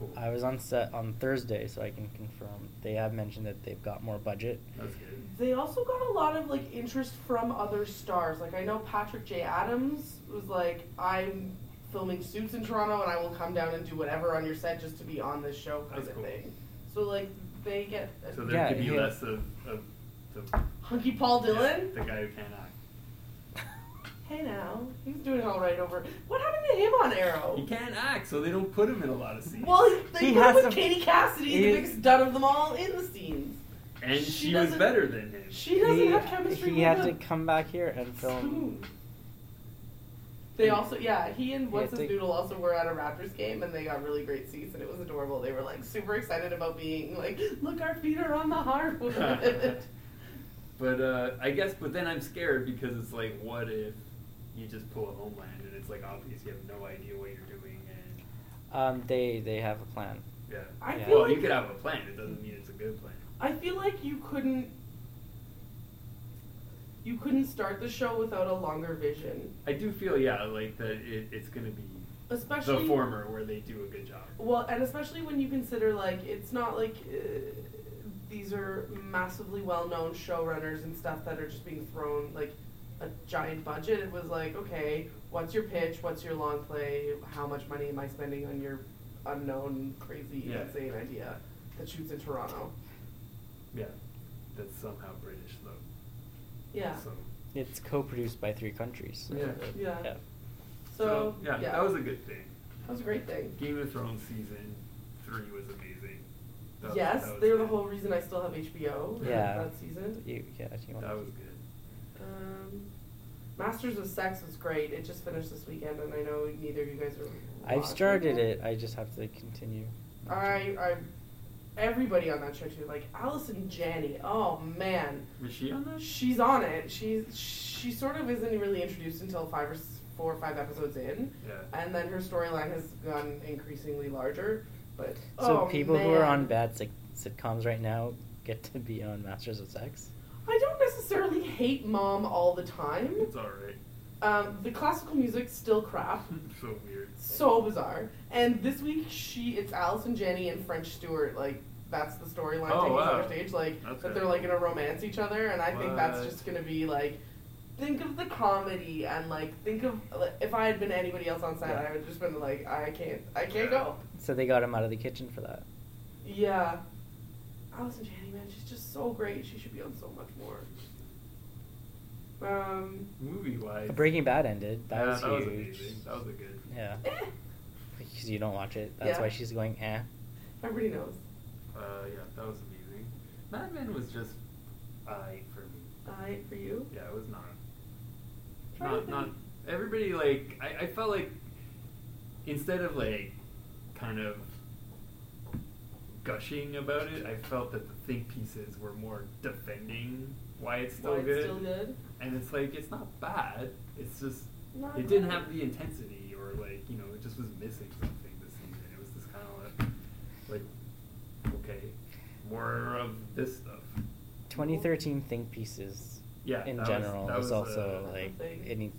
Cool.
I was on set on Thursday, so I can confirm they have mentioned that they've got more budget.
That's good.
They also got a lot of like interest from other stars. Like I know Patrick J. Adams was like, I'm filming Suits in Toronto, and I will come down and do whatever on your set just to be on this show kind
That's
of
cool.
thing. So like they get
So there
Yeah,
could be
yeah.
less of, of the
Uh, hunky Paul Dillon.
the guy who can't act.
Hey now, he's doing all right over. What happened to him on
He
Arrow?
can't act, so they don't put him in a lot of scenes.
Oh. Well,
He
they put him
has
with
some-
Katie Cassidy,
he-
the biggest dud of them all, in the scenes.
and
she
she, was
doesn't-
better than him.
She doesn't
he,
have chemistry.
He
with
had to
him.
come back here and film.
They also, yeah, he and
Yeah,
what's his
they-
noodle also were at a Raptors game, and they got really great seats, and it was adorable. They were like super excited about being like, look, our feet are on the hardwood.
But uh, I guess, but then I'm scared because it's like, what if you just pull a homeland and it's like obvious you have no idea what you're doing and
Um, they they have a plan.
yeah.
I
Yeah.
feel
Well,
like
you could have a plan. It doesn't mean it's a good plan.
I feel like you couldn't. You couldn't start the show without a longer vision,
I do feel yeah, like that it, it's gonna be
especially
the former where they do a good job.
Well, and especially when you consider like it's not like uh, these are massively well-known showrunners and stuff that are just being thrown like a giant budget. It was like, okay, what's your pitch? What's your long play? How much money am I spending on your unknown, crazy,
Yeah.
insane idea that shoots in Toronto?
Yeah, that's somehow British though.
Yeah.
So
It's co-produced by three countries. so-
Yeah.
Yeah.
yeah.
So,
yeah, that was a good thing.
that was a great thing.
Game of Thrones season three was amazing. That was-
yes,
that was
they were the
good.
whole reason I still have HBO
Yeah.
that season.
You, yeah, if you want
That
to
was
keep-
good.
Um, Masters of Sex was great. It just finished this weekend, and I know neither of you guys are.
I've started it. I just have to continue.
I, I, everybody on that show too. Like Allison Janney. Oh man,
Was she on that?
she's on it. She's she sort of isn't really introduced until five or s- four or five episodes in,
Yeah.
and then her storyline has gone increasingly larger. But
So
oh,
people who are
man.
on bad sit- sitcoms right now get to be on Masters of Sex.
I don't necessarily hate Mom all the time.
It's alright.
Um, the classical music's still crap.
so weird.
Oh. so bizarre. And this week, she it's Allison Janney and French Stewart. Like that's the storyline
Oh,
taking us
wow.
on stage. Like
That's
that
kinda
they're like
cool.
gonna romance each other, and I think that's
What?
just gonna be like. Think of the comedy and like think of like, if I had been anybody else on set,
Yeah.
I would just been like, I can't, I
Yeah.
can't go.
So they got him out of the kitchen for that.
Yeah, Allison Janney, man, she's just so great. She should be on so much more. Um,
Movie wise.
Breaking Bad ended. That
yeah,
was
that was
huge.
amazing. That was a good.
yeah,
eh,
because you don't watch it. That's
Yeah.
why she's going eh.
everybody knows.
Uh, yeah, that was amazing. Mad Men was just I for me.
I for you.
Yeah, it was not.
Try to
Not
think.
not everybody like I, I felt like instead of like kind of gushing about it, I felt that the think pieces were more defending why it's still
Why it's
good.
still good.
And it's like it's not bad. It's just
Not
it didn't
bad.
have the intensity or like you know it just was missing something this season. It was just kind of like like okay, more of this stuff.
2013 think pieces.
Yeah,
in
that was-
general
that was,
is also
uh,
like
Something.
it needs.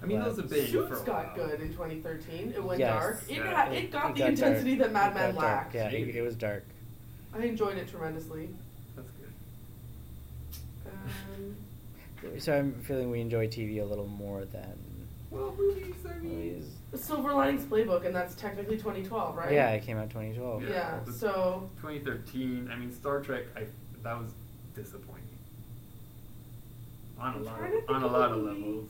I mean that
Well,
was a big. for a
Suits got
while.
good in 2013. It went
Yes.
dark. It,
Yeah.
had, it got the intensity that Mad Men lacked.
Yeah, it,
Gee.
it was dark.
I enjoyed it tremendously.
That's good.
Um,
So I'm feeling we enjoy TV a little more than.
Well, movies. I mean,
movies.
Silver Linings Playbook, and that's technically 2012, right?
Yeah, it came out 2012.
Yeah.
Yeah.
This-
So
2013. I mean, Star Trek. I that was disappointing. On a
I'm
lot,
trying to think
on a
of a
lot of
movie.
levels.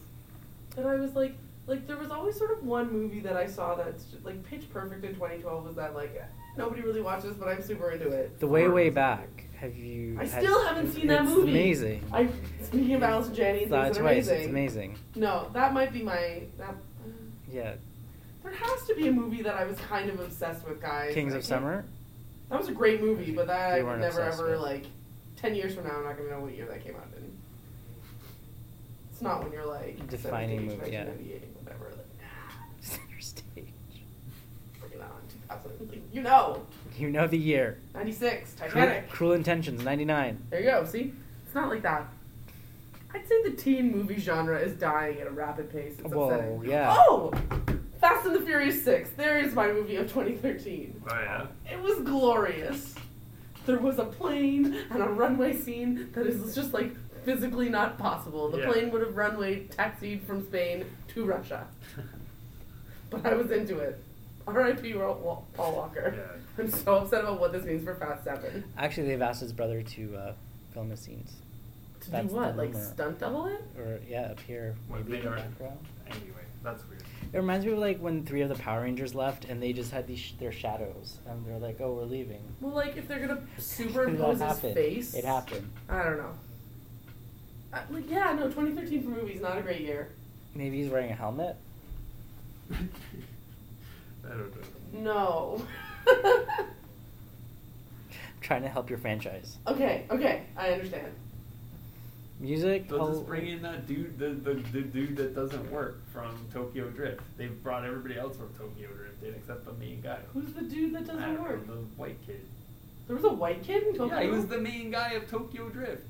and I was like, like there was always sort of one movie that I saw that's just, like Pitch Perfect in 2012 was that like eh, nobody really watches, but I'm super into it.
The way way back. Have you?
I
had-
still haven't seen that
it's
movie.
Amazing.
I speaking of Alice and Janney,
Saw it
it's
twice.
amazing.
It's amazing.
No, that might be my that.
Yeah.
There has to be a movie that I was kind of obsessed with, guys.
Kings
I
of
can't-
Summer.
That was a great movie, but that
They
I would
weren't
never
obsessed
ever
with.
like. Ten years from now, I'm not gonna know what year that came out in. It's not when you're like
Defining
17,
movie, yeah.
1998, Whatever. Like, ah,
Center stage.
freaking out in 2000. Like, you know,
You know the year.
96
Cruel,
Titanic.
Cruel Intentions, 99.
There you go. See, it's not like that. I'd say the teen movie genre is dying at a rapid pace. It's
Whoa,
upsetting.
yeah.
Oh, Fast and the Furious Six. There is my movie of 2013.
Oh yeah.
It was glorious. There was a plane and a runway scene that is just like physically not possible. The
Yeah.
plane would have runway taxied from Spain to Russia, but I was into it. R.I.P. Ro- Wa- Paul Walker.
Yeah.
I'm so upset about what this means for Fast Seven.
Actually, they've asked his brother to uh, film his scenes.
To
That's
do
the
what? Like
rumor.
stunt double it?
Or, yeah, appear
Well,
maybe
they
in the
are-
background.
Anyway, that's weird.
It reminds me of like when three of the Power Rangers left and they just had these sh- their shadows and they're like, oh, we're leaving.
Well, like if they're gonna superimpose
Superimpose
his face.
It happened.
I don't know. Uh, like yeah, no, 2013 for movies not a great year.
Maybe he's wearing a helmet.
I don't know.
No.
trying to help your franchise.
okay, okay, I understand.
Music.
They'll
oh,
just bring in that dude, the, the, the dude that doesn't work from Tokyo Drift. They've brought everybody else from Tokyo Drift in except the main guy.
Who's the dude that
I don't
doesn't
know,
work?
The white kid.
There was a white kid in Tokyo.
Yeah, he was the main guy of Tokyo Drift.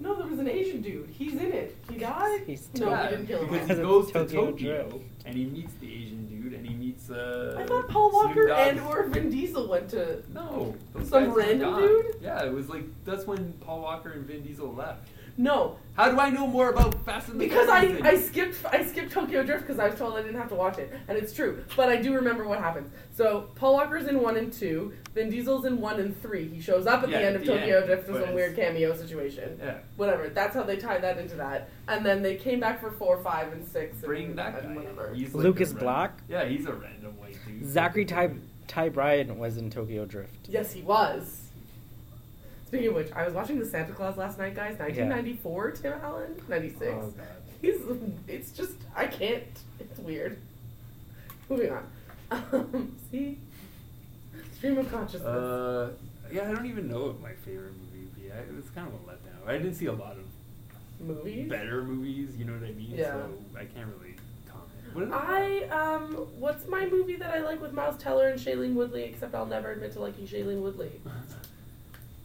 No, there was an Asian dude. He's in it. He died.
He's
no,
yeah,
he didn't kill
because he
him.
Because it's
goes to
Tokyo
Tokyo
Drift.
and he meets the Asian dude and he meets uh.
I thought Paul
Snoop
Walker
Dogg's-
and or Vin Diesel went to.
No, those
Some
guys were
random
gone.
dude?
Yeah, it was like that's when Paul Walker and Vin Diesel left.
No,
How do I know more about Fast and the
Because I,
Furious?
I skipped I skipped Tokyo Drift because I was told I didn't have to watch it, and it's true. But I do remember what happens. So Paul Walker's in one and two, Vin Diesel's in one and three. He shows up at
Yeah,
the end of
at the
Tokyo
end,
Drift for
but
some
it's-
weird cameo situation.
Yeah.
Whatever. That's how they tie that into that. And then they came back for four, five, and six. and-
Bring that
and
guy.
Whatever.
in. He's like
Lucas
a random-
Black?
Yeah, he's a random white dude.
Zachary Ty Ty Bryan was in Tokyo Drift.
Yes, he was. Speaking of which, I was watching the Santa Claus last night, guys. 1994, Tim Allen, 96.
Oh, God.
He's. It's just. I can't. It's weird. Moving on. Um, see? Stream of consciousness.
Uh, yeah, I don't even know what my favorite movie would be. I, it was kind of a letdown. I didn't see a lot of
Movies?
better movies. You know what I mean?
Yeah.
So I can't really comment. What is
I, um, what's my movie that I like with Miles Teller and Shailene Woodley, except I'll never admit to liking Shailene Woodley?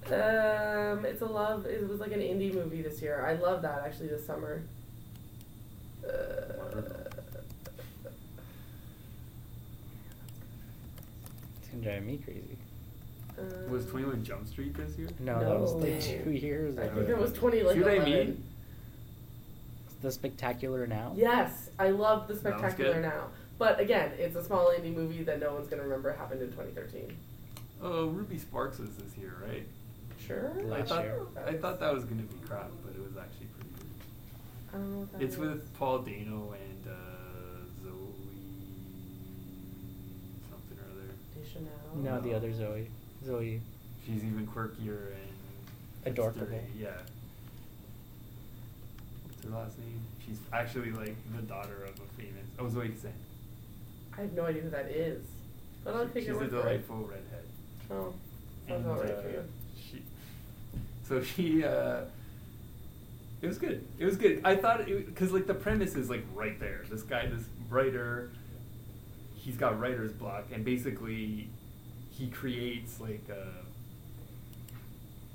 Um, it's a love, it was like an indie movie this year. I love that actually this summer. Uh,
It's gonna drive me crazy.
uh,
was Twenty One Jump Street this year?
No, that was like
No.
two years
I
ago.
think it was 20 like
See what I
11.
mean?
the spectacular now.
Yes, I love the
That was
spectacular
good.
now. But again, it's a small indie movie that no one's gonna remember happened in 2013.
Oh, Ruby Sparks was this year, right?
Sure.
I
Last
thought
year.
I thought that was gonna be crap, but it was actually pretty good.
I don't know what that
It's
is.
with Paul Dano and uh, Zoe something or other.
Deschanel.
No, the other Zoe. Zoe.
She's even quirkier and
Adorkable.
hipstery, Yeah. What's her last name? She's actually like the daughter of a famous. Oh, Zoe Kazan.
I have no idea who that is. But I'll
She-
take
She's
your
a
word for it.
delightful redhead.
Oh, sounds
And,
about right
uh,
for you.
She, so she, uh, it was good. It was good. I thought because like the premise is like right there. This guy, this writer, he's got writer's block, and basically, he creates like a.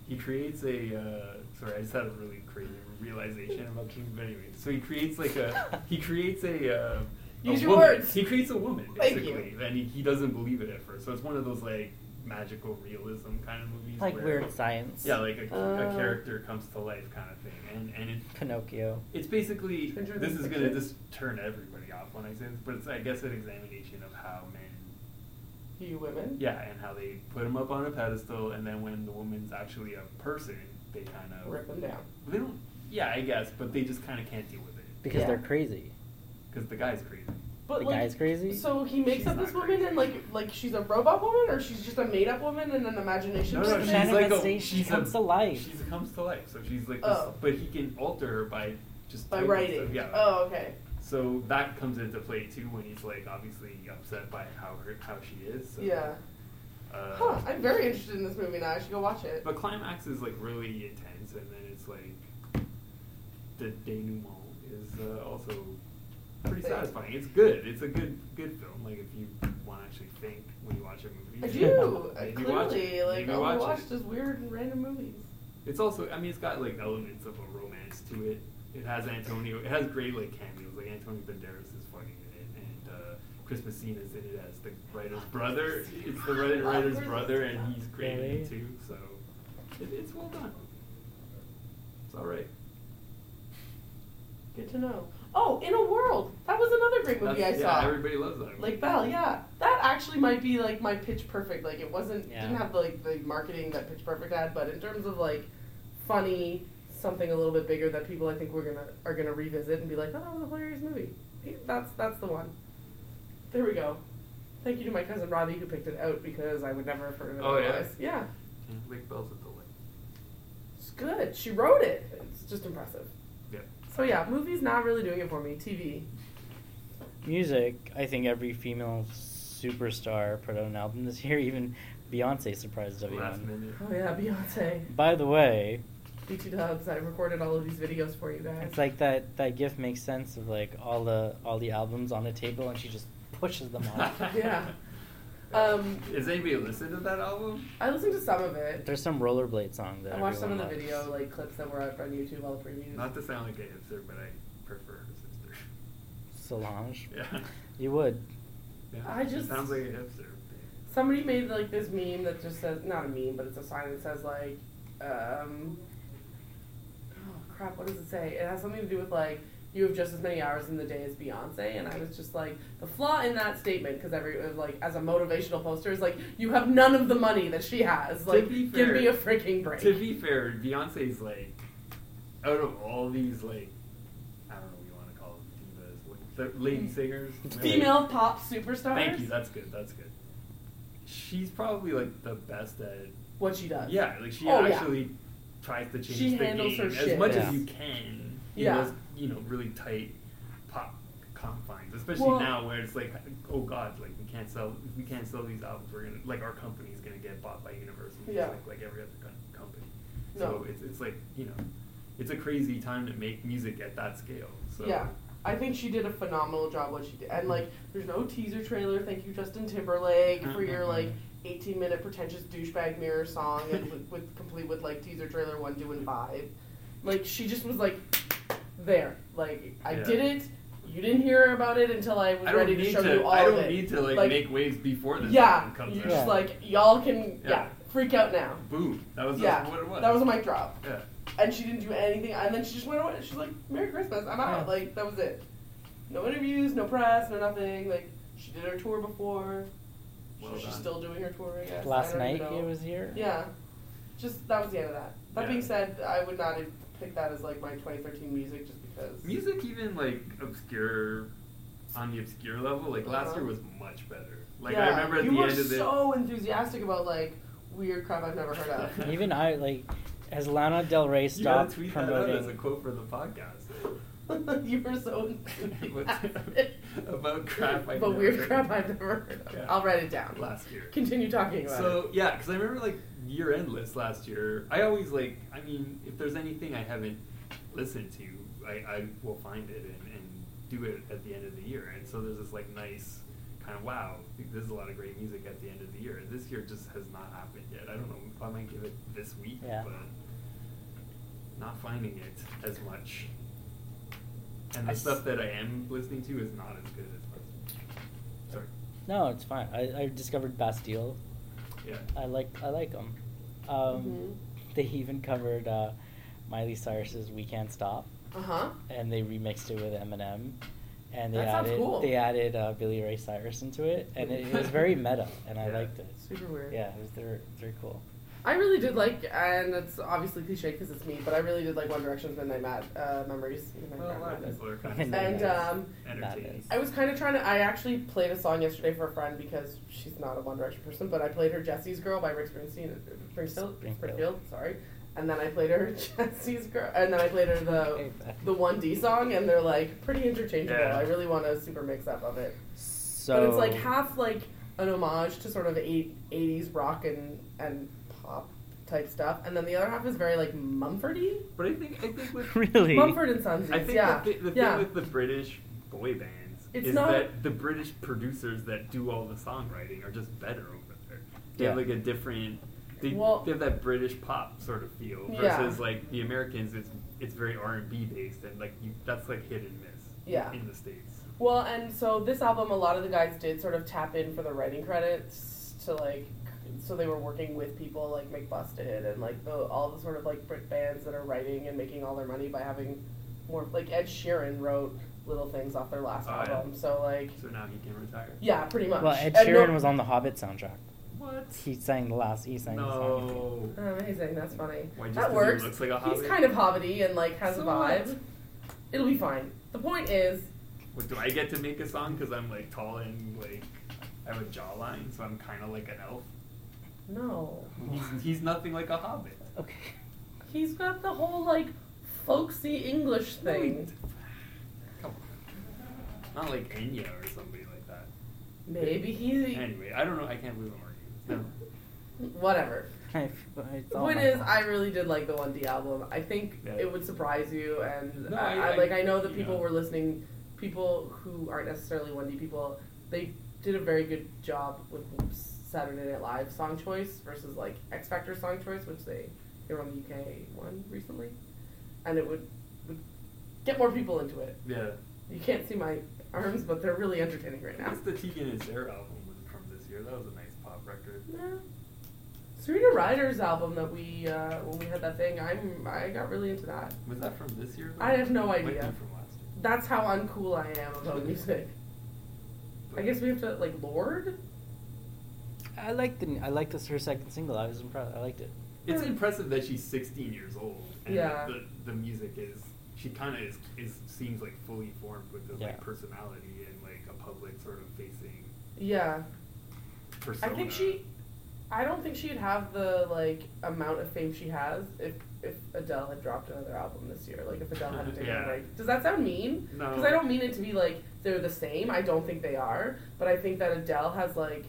He creates a. Uh, sorry, I just had a really crazy realization about this. But anyway, so he creates like a. He creates a. Uh, a
Use your
woman.
words.
He creates a woman
Thank you.
basically, and he, he doesn't believe it at first. So it's one of those like magical realism kind of movies.
Like
where,
weird science.
Yeah, like a,
Uh.
a character comes to life kind of thing, and and it,
Pinocchio.
it's basically
Stranger
this
than
is gonna
fiction.
just turn everybody off when I say this, but it's I guess an examination of how men,
You women?
yeah, and how they put them up on a pedestal, and then when the woman's actually a person, they kind of
Rip them down.
They don't, yeah, I guess, but they just kind of can't deal with it
Because
Yeah.
they're crazy.
because the guy's crazy.
But
the
like,
guy's crazy.
So he makes
She's
up this
not
woman
crazy.
and like like she's a robot woman or she's just a made up woman and an imagination
No, no,
woman?
she's like a,
Manifestation
she's
comes
a,
to life.
She comes to life, so she's like, this,
Oh.
but he can alter her by just
By
doing
writing.
stuff, yeah.
Oh, okay.
So that comes into play too when he's like obviously upset by how her, how she is. So,
yeah.
Uh,
Huh, I'm very interested in this movie now. I should go watch it.
But climax is like really intense, and then it's like the denouement is uh, also pretty
Thanks.
satisfying. It's good. It's a good good film. Like if you want to actually think when you watch a movie,
I do. I
Maybe watch
clearly,
it.
like,
Maybe
all I
watch
watch
it.
is weird and random movies.
It's also, I mean, it's got like elements of a romance to it. It has Antonio. It has great like cameos. Like Antonio Banderas is fucking in it, and uh, Chris Messina's in it as the writer's brother. It's the writer, writer's brother, and he's great in it too. So it, it's well done. It's all right.
Good to know. Oh, In a World. That was another great movie
That's-
I
yeah,
saw.
everybody loves that.
Like Belle, yeah. That actually might be like my Pitch Perfect. Like it wasn't
Yeah.
didn't have like the marketing that Pitch Perfect had, but in terms of like funny, something a little bit bigger that people I think we're gonna are gonna revisit and be like, oh, that was a hilarious movie. That's that's the one. There we go. Thank you to my cousin Robbie who picked it out because I would never have heard of it
Oh, yeah?
otherwise. Yeah.
Yeah, Lake Bell's at the lake.
It's good. She wrote it. It's just impressive.
Yeah.
So yeah, movies not really doing it for me. TV.
Music, I think every female superstar put out an album this year. Even Beyonce surprised everyone.
Last minute.
Oh yeah, Beyonce.
Mm-hmm. By the way,
BT Dubs. I recorded all of these videos for you guys.
it's like that that gif makes sense of like all the all the albums on a table, and she just pushes them off.
Yeah. Um,
Has anybody listened to that album?
I listened to some of it.
There's some rollerblade song that
I watched some of
everyone
the
loves.
video like clips that were up on YouTube, all the previews.
Not to sound like a hipster, but I prefer her sister.
Solange.
Yeah.
You would.
yeah.
I
She
just-
sounds like a hipster.
Somebody made like this meme that just says not a meme, but it's a sign that says like, um, oh crap, what does it say? It has something to do with like you have just as many hours in the day as Beyonce, and I was just like the flaw in that statement because every like as a motivational poster is like you have none of the money that she has.
To
Like,
be
give
fair-
me a freaking break.
To be fair, Beyonce's like out of all these like I don't know what you want to call them divas, what, the lady singers,
Mm. Female pop superstars.
Thank you. That's good. That's good. She's probably like the best at
what she does.
yeah. Like she
Oh, yeah.
actually tries to change
She
the
handles
game
her
as
shit.
much
Yeah.
as you can. in
Yeah.
those, you know, really tight pop confines, especially
Well-
now where it's like, oh god, like we can't sell, we can't sell these albums. We're gonna like our company's gonna get bought by Universal Music,
Yeah.
like every other co- company.
No.
So it's it's like you know, it's a crazy time to make music at that scale. So
Yeah. I think she did a phenomenal job what she did. And like there's no teaser trailer. Thank you Justin Timberlake for your like 18 minute pretentious douchebag mirror song and with, with complete with like teaser trailer 1 2 and 5. Like she just was like there. Like I
Yeah.
did it. You didn't hear about it until I was
I don't
ready to
need
show
to.
you all
I don't
of it.
need to like,
Like,
make waves before this
yeah.
album comes
You're
out.
just
Yeah.
like y'all can yeah,
Yeah.
freak out now.
Boom. That was
yeah.
just what it was.
That was a mic drop.
yeah.
and she didn't do anything. And then she just went away. She's like, "Merry Christmas, I'm out."
Yeah.
Like that was it. No interviews, no press, no nothing. Like she did her tour before.
Well
she's
done.
still doing her tour, I guess.
Last
I don't
night
even know.
it was here.
Yeah, just that was the end of that. That
Yeah.
being said, I would not have picked that as like my 2013 music just because.
Music even like obscure on the obscure level, like last
Uh-huh.
year was much better. Like
Yeah,
I remember at
you
the
were
end of it.
so enthusiastic about like weird crap I've never heard of.
Even I like, as Lana Del Rey
you gotta
stopped
tweet that out as a
promoting.
quote for the podcast.
you were so enthusiastic
About crap I've never
About weird
heard
crap
of.
I've never heard of.
Yeah.
I'll write it down.
last year.
Continue talking about it.
So yeah, because I remember like year end list last year. I always like. I mean, if there's anything I haven't listened to, I, I will find it and, and do it at the end of the year. And so there's this like nice kind of wow. There's a lot of great music at the end of the year. This year just has not happened yet. I don't know. I might give it this week,
Yeah.
but not finding it as much. And the
I s-
stuff that I am listening to is not as good as. Sorry.
No, it's fine. I, I discovered Bastille.
Yeah.
I like I like them. Um,
Mhm.
They even covered uh, Miley Cyrus's "We Can't Stop,"
Uh huh.
and they remixed it with Eminem, and they
That sounds
added
cool.
they added uh, Billy Ray Cyrus into it, and it, it was very meta, and I
Yeah.
liked it.
Super weird.
Yeah, it was they're they're cool.
I really did like, and it's obviously cliche because it's me, but I really did like One Direction's Midnight Mad uh, Memories. Midnight
Well, a lot of
Madness.
people are kind of
Midnight
And
Madness.
um,
entertaining.
I was kind of trying to. I actually played a song yesterday for a friend because she's not a One Direction person, but I played her "Jesse's Girl" by Rick Springsteen, Springfield,
Springfield.
Springfield sorry, and then I played her Jesse's girl, and then I played her the the one D song, and they're like pretty interchangeable.
Yeah.
I really want a super mix up of it,
So
but it's like half like an homage to sort of eight, 80s rock and and pop type stuff, and then the other half is very like Mumfordy,
But I think I think with
really
Mumford and Sons.
I think
yeah,
the, thi- the
yeah.
thing with the British boy bands
It's
is
not-
that the British producers that do all the songwriting are just better over there. They have
Yeah.
like a different. They,
Well-
they have that British pop sort of feel
Yeah.
versus like the Americans. It's it's very R and B based and like you, that's like hit and miss.
Yeah.
In the states.
Well, and so this album, a lot of the guys did sort of tap in for the writing credits to like, so they were working with people like McBusted and like the, all the sort of like Brit bands that are writing and making all their money by having more like Ed Sheeran wrote little things off their last
Oh, yeah.
album. So like,
So now he can retire.
yeah, pretty much.
well. Ed
And no-
Sheeran was on the Hobbit soundtrack.
What?
He sang the last. He sang the song.
No.
Oh, Amazing, that's funny.
Why, just
that
'cause he
works.
looks like a
He's
hobbit?
kind of hobbity and like has a
So
vibe.
what?
It'll be fine. The point is,
What, do I get to make a song because I'm like tall and like I have a jawline, so I'm kind of like an elf.
no.
He's, he's nothing like a hobbit.
Okay.
He's got the whole like folksy English thing.
Come on. Not like Enya or somebody like that.
Maybe he.
Anyway, I don't know. I can't believe I'm arguing. Never mind.
Whatever.
I, it's
The
all
point
my
is,
fault.
I really did like the One D album. I think
Yeah.
it would surprise you, and
No,
I,
I-
I- like I know that
you
people
know.
were listening. People who aren't necessarily One D people, they did a very good job with Saturday Night Live song choice versus like X Factor song choice, which they they were on the UK one recently, and it would would get more people into it.
Yeah.
You can't see my arms, but they're really entertaining right now.
That's the Tegan and Sarah album was from this year. That was a nice pop record.
No. Serena Ryder's album that we uh, when we had that thing, I'm I got really into that.
Was that from this year?
I have no
Might be
idea.
from last year.
That's how uncool I am about music. I guess we have to like Lord.
I liked the I liked this her second single. I was impressed. I liked it.
It's impressive that she's 16 years old and
Yeah.
the, the music is she kind of is, is seems like fully formed with this like
Yeah.
personality and like a public sort of facing
Yeah,
persona.
I think she. I don't think she'd have the like amount of fame she has if if Adele had dropped another album this year. Like if Adele had taken
Yeah.
a break. Does that sound mean?
No.
Because I don't mean it to be like they're the same. I don't think they are. But I think that Adele has like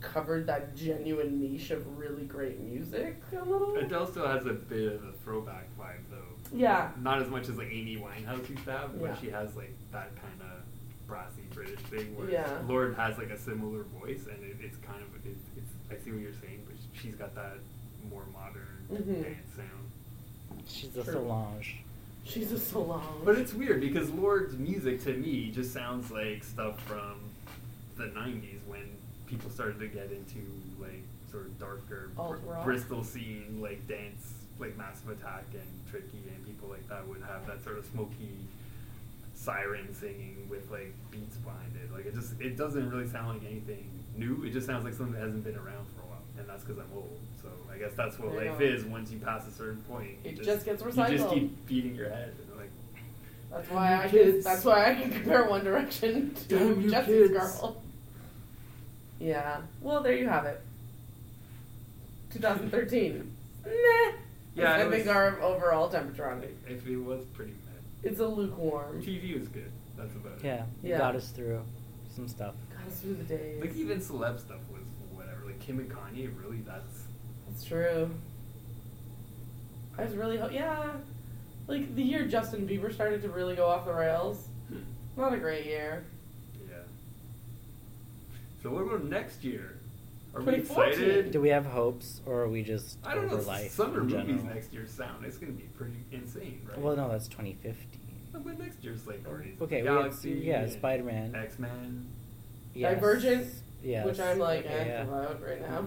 covered that genuine niche of really great music a little.
Adele still has a bit of a throwback vibe though.
Yeah.
not as much as like Amy Winehouse used to have, but
Yeah.
she has like that kind of brassy British thing where
Yeah.
Lord has like a similar voice, and it, it's kind of it, it's I see what you're saying, but she's got that more modern
Mhm.
dance sound.
She's a
True.
Solange.
She's a Solange.
But it's weird because Lord's music to me just sounds like stuff from the '90s when people started to get into like sort of darker
Alt rock.
Bristol scene, like dance, like Massive Attack and Tricky and people like that would have that sort of smoky siren singing with like beats behind it. Like it just it doesn't really sound like anything new. It just sounds like something that hasn't been around for a while, and that's because I'm old. So I guess that's what
Yeah.
life is. Once you pass a certain point, you
It just gets
You just
recycled.
keep beating your head. And like
that's
Damn
why
you
I can,
kids.
that's why I can compare One Direction
Damn
to
you
Jesse's
kids.
Girl. Yeah. Well, there you have it. 2013. nah.
Yeah,
I
it
think
was-
our overall temperature on it.
If it was pretty mad.
It's a lukewarm.
TV was good. That's about it.
Yeah, you
Yeah.
got us through some stuff.
Got us through the days.
Like even celeb stuff was whatever. Like Kim and Kanye, really, that's
It's true. I was really ho- yeah. Like the year Justin Bieber started to really go off the rails.
hmm,
Not a great year.
yeah. So what about next year? Are we
2014.
excited?
Do we have hopes, or are we just
I don't
over
know.
life
summer
in
movies
general?
next year sound. It's gonna be pretty insane, right?
Well, no, that's 2015.
But next year's like already
Okay, we had-
Galaxy.
yeah, Spider-Man.
X Men.
Yes.
Divergent,
Yes.
which I'm like
Okay,
eh,
yeah.
about right now.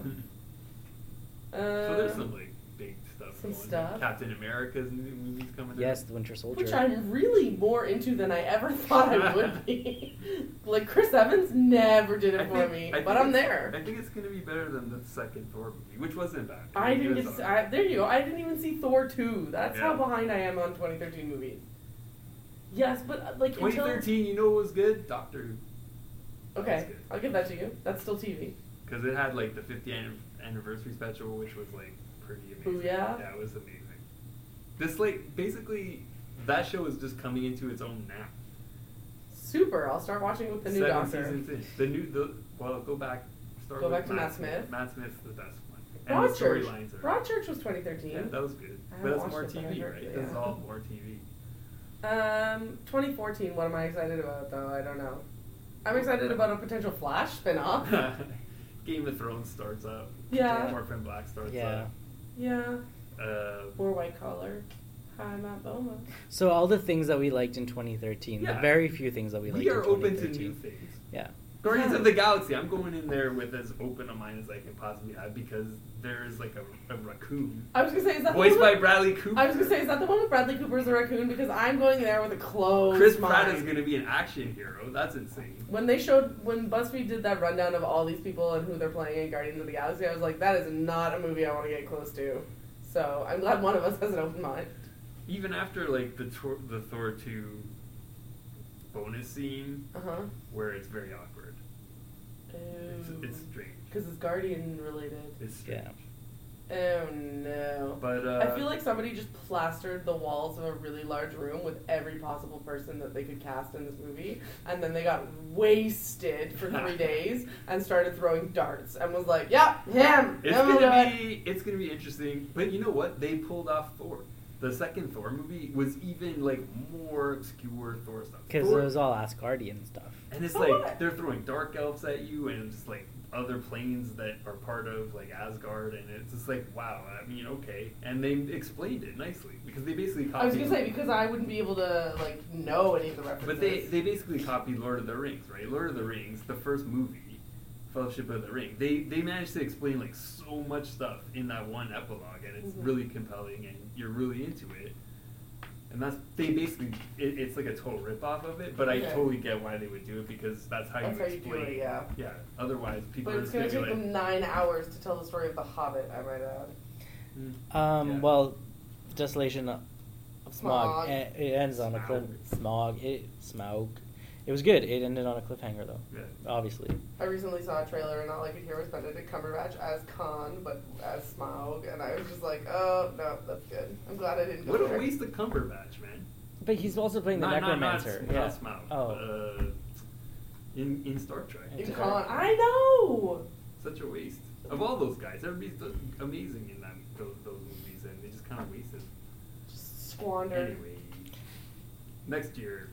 Uh,
so there's some like big stuff.
some
going.
stuff.
Captain America's new movies coming.
Yes,
out.
the Winter Soldier.
which I'm really more into than I ever thought I would be. like Chris Evans never did it
I
for
think-
me,
I think
but I'm
it's-
there.
I think it's gonna be better than the second Thor movie, which wasn't bad.
I
It
didn't
was
get. To,
all right.
I, there you go. I didn't even see Thor two. That's how
Yeah.
behind I am on 2013 movies. Yes, but uh, like until
2013, you know what was good? Doctor Who.
okay,
That's good.
I'll give that to you. That's still TV.
Because it had like the 50th anniversary special, which was like pretty amazing.
Booyah.
That was amazing. This like basically that show is just coming into its own nap.
Super. I'll start watching with the new
Seven
doctor.
seasons in. The new the well go back. Start
Go
with
back to Matt Smith.
Matt Smith's the best one. And the
Broadchurch.
storylines are.
Broadchurch was 2013.
Yeah, that was good.
I haven't
But that's
watched
more
it, but I
TV,
heard
right?
it,
This is
yeah.
all more TV.
Um, 2014. What am I excited about though? I don't know. I'm excited about a potential Flash spin-off.
Game of Thrones starts up.
Yeah.
Orphan Black starts
Yeah.
yeah.
up. Uh,
Or White Collar. Hi, I'm at Boma.
So all the things that we liked in 2013, the
Yeah.
very few things that we
we
liked.
are
in
open to
2013.
new things.
Yeah.
Guardians
Yeah.
of the Galaxy. I'm going in there with as open a mind as I can possibly have because there is like a, a raccoon
I was gonna say is that
voiced
the one
by Bradley Cooper.
I was gonna say is that the one with Bradley Cooper as a raccoon because I'm going there with a closed
Chris
mind.
Pratt is going to be an action hero. That's insane.
When they showed when BuzzFeed did that rundown of all these people and who they're playing in Guardians of the Galaxy, I was like, that is not a movie I want to get close to. So I'm glad one of us has an open mind.
Even after like the Tor- the Thor two bonus scene
Uh huh.
where it's very awkward. It's, it's strange.
Because it's Guardian related.
It's strange.
Yeah.
Oh no.
But uh,
I feel like somebody just plastered the walls of a really large room with every possible person that they could cast in this movie, and then they got wasted for three days and started throwing darts and was like, "Yep, him."
It's
him will do
gonna
it."
be it's gonna be interesting. But you know what? They pulled off Thor. The second Thor movie was even like more obscure Thor stuff.
Because
Thor-
it was all Asgardian stuff.
and it's
So
like
Oh, what?
they're throwing dark elves at you and just like other planes that are part of like Asgard and it's just like wow, I mean okay. And they explained it nicely because they basically copied
I was gonna say because I wouldn't be able to like know any of the references.
But they, they basically copied Lord of the Rings, right? Lord of the Rings, the first movie, Fellowship of the Ring. They they managed to explain like so much stuff in that one epilogue, and it's
Mhm.
really compelling, and you're really into it. And that's they basically it, it's like a total rip off of it, but I
Okay.
totally get why they would do it because that's how
That's
you
how you do
explain.
it, yeah.
Yeah. Otherwise, people
But
are
it's
just
gonna
gonna,
take
be like,
them nine hours to tell the story of the Hobbit. I might add.
"Mm,
Um,
yeah."
Well, Desolation of Smog.
Smog.
eh, It ends on a cliff. Smog. It smog. It was good. It ended on a cliffhanger though.
Yeah.
Obviously.
I recently saw a trailer and all I could hear was Benedict Cumberbatch as Khan, but as Smaug, and I was just like, oh no, that's good. I'm glad I didn't. go
What a
there.
waste of Cumberbatch, man.
But he's also playing the
not, not, not,
necromancer.
Sm-
yeah.
not Smaug,
oh.
but, uh, in in Star Trek.
Yeah.
In Khan, I know.
Such a waste of all those guys. Everybody's do- amazing in them, those, those movies, and they just kind of wasted.
Just squandered.
Anyway, next year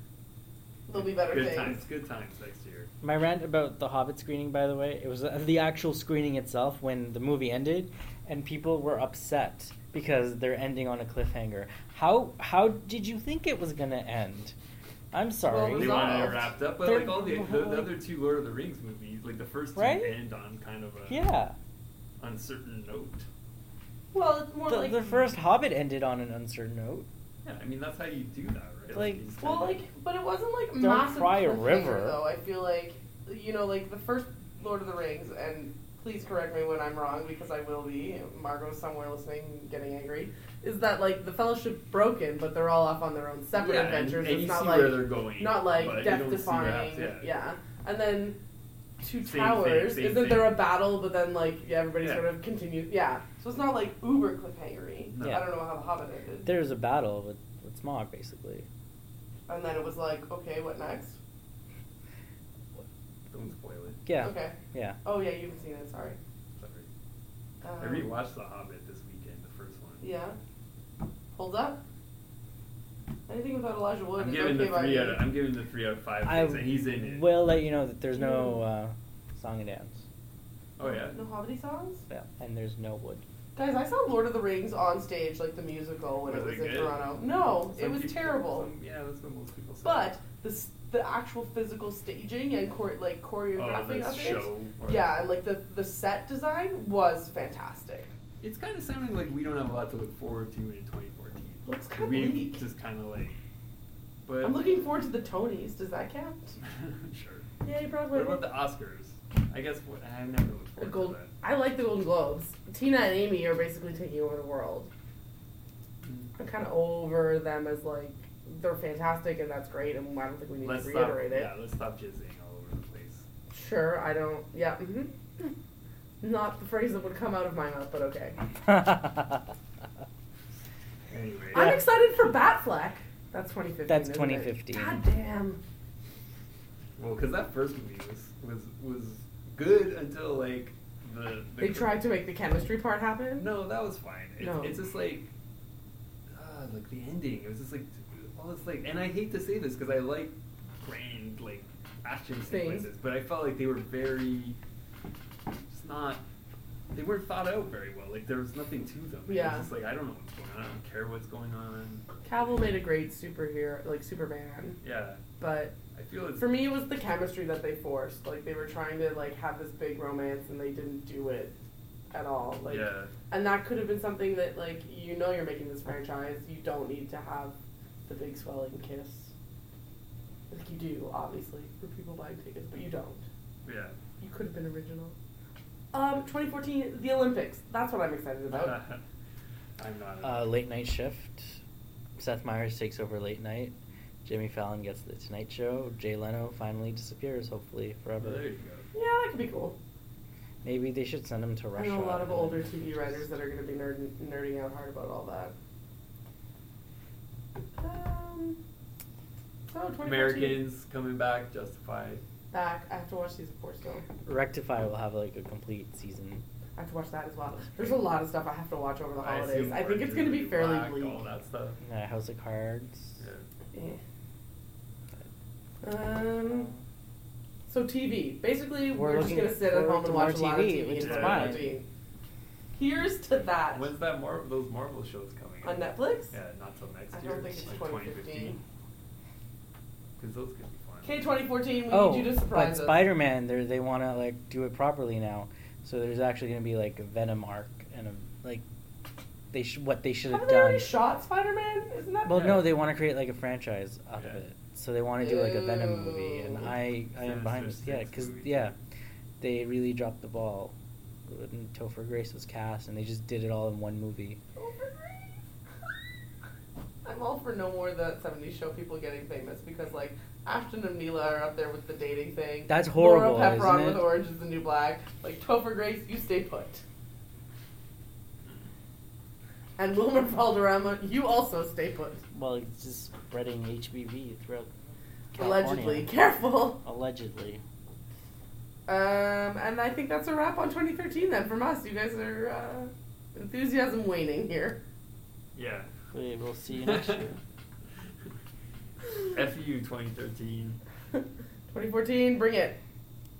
There'll be better
good
things.
times. Good times next year.
My rant about the Hobbit screening, by the way, it was uh, the actual screening itself when the movie ended, and people were upset because they're ending on a cliffhanger. How how did you think it was gonna end? I'm sorry.
Well,
They wanted it
Resolved.
wrapped up, but
They're-
like all the, the, the other two Lord of the Rings movies, like the first two
Right?
end on kind of a
yeah.
uncertain note.
Well, it's more
The,
like
the first Hobbit ended on an uncertain note.
Yeah, I mean that's how you do that, right?
Like-
you just
Well,
kinda-
like, but it wasn't like
Don't
massive
cry a
cliffhanger,
river.
though. I feel like you know, like the first Lord of the Rings, and please correct me when I'm wrong because I will be. Margot's somewhere listening, getting angry. Is that like the Fellowship broken, but they're all off on their own separate
yeah, and,
adventures?
and
it's
you
not
see
like
where they're going,
not like
but you
death
don't see where
defying.
it's-
yeah. And then two
Same thing,
towers.
same
Isn't there
thing.
a battle? But then like yeah, everybody
Yeah.
sort of continues. Yeah. So it's not like uber cliffhangery.
No.
Yeah.
I don't know how the Hobbit ended.
There's a battle with, with Smog, basically.
and then it was like, okay, what next?
Don't spoil it.
Yeah.
Okay.
Yeah.
Oh yeah, you haven't seen it. Sorry.
Sorry.
Um,
I rewatched The Hobbit this weekend, the first one.
Yeah. Holds up. Anything without Elijah Wood
I'm
is
giving
okay
the
by
three
me.
out. Of, I'm giving the three out of five.
I
things, and he's in it.
will let you know that there's no
Mm.
uh, song and dance.
oh yeah.
No Hobbity songs.
Yeah. And there's no wood.
Guys, I saw Lord of the Rings on stage, like the musical, when
Was
it was
it
in
good?
Toronto. No, it
Some
was
people-
terrible.
some- yeah, that's what most people say.
But the s- the actual physical staging and chore- like
oh,
choreographing
the
of
show.
it, yeah, and like the the set design was fantastic.
It's kind of sounding like we don't have a lot to look forward to in 2014.
Looks kinda
We
bleak.
just kind of like. But
I'm looking forward to the Tonys. Does that count?
sure.
Yay, Broadway!
What about the Oscars? I guess what I never looked
The
forward
gold.
to that.
I like the Golden Globes. Tina and Amy are basically taking over the world. I'm
Hmm.
kind of over them as like they're fantastic and that's great, and I don't think we need
Let's
to
stop.
reiterate it.
Yeah, let's stop jizzing all over the place.
Sure, I don't. Yeah. mhm. Not the phrase that would come out of my mouth, but okay.
Uh, Anyway.
I'm
Yeah.
excited for Batfleck. That's 2015.
That's
isn't it?
2015.
God damn.
Well, because that first movie was was was good until like the, the
They tried to make the chemistry part happen.
No, that was fine. It's,
No.
it's just like, uh, like the ending. It was just like all this like, and I hate to say this because I like grand like action
Things.
sequences, but I felt like they were very just not. They weren't thought out very well. Like there was nothing to them. It was
Yeah.
just like I don't know what's going on. I don't care what's going on.
Cavill made a great superhero, like Superman,
Yeah.
but
I feel it's
for me it was the chemistry that they forced. Like they were trying to like have this big romance and they didn't do it at all. Like
yeah.
and that could have been something that like you know you're making this franchise, you don't need to have the big swelling kiss. Like you do, obviously, for people buying tickets, but you don't.
Yeah.
You could have been original. Um, 2014, the Olympics. That's what I'm excited about.
I'm not.
uh, late night shift. Seth Meyers takes over late night. Jimmy Fallon gets the Tonight Show. Jay Leno finally disappears, hopefully forever.
there you
yeah,
go.
that could be cool.
Maybe they should send him to
I
Russia.
know a lot of older TV writers that are going to be nerd- nerding out hard about all that. Um, so 2014.
Americans coming back, Justified.
Back. I have to watch season four still.
Rectify will have like a complete season.
I have to watch that as well. There's a lot of stuff I have to watch over the holidays.
assume
I, think
Orange
it's
is
going to
the
be
New
fairly
Black,
bleak.
All that stuff.
Uh, House of Cards.
Yeah.
Eh. Um, so TV. Basically,
We're
we're, just
looking
going to sit at
forward
home
to
and
more
watch a lot of
TV,
TV.
which
and
is
a lot of
fine.
TV. Here's to that.
When's that Mar- those Marvel shows coming
On
out?
Netflix?
Yeah, not till next
I
year.
don't think it's
like
2015.
Because those could be fun.
Okay, 2014, we
oh,
need you to
but
surprise us.
Spider-Man, they they want to like do it properly now. So there's actually going to be like a Venom arc and a like they sh- what they should have
Haven't they
done.
already shot Spider Man? Isn't that
Well,
Yeah.
no, they want to create like a franchise out of
Yeah.
it. So they want to do like a Venom
Ew.
movie, and I, I am behind this.
Sinister
Yeah,
Six
because
movie.
yeah, they really dropped the ball. When Topher Grace was cast, and they just did it all in one movie.
I'm all for no more of that 70s show people getting famous because, like, Ashton and Mila are up there with the dating thing.
That's horrible,
Laura Pepperon
isn't
with
it?
Orange is the New Black. Like, Topher Grace, you stay put. And Wilmer Valderrama, you also stay put.
Well, it's just spreading HPV throughout.
Allegedly. Careful.
Allegedly.
Um, and I think that's a wrap on 2013 then from us. You guys are uh, enthusiasm waning here.
Yeah.
We will see you next year.
FU 2013.
2014, bring it.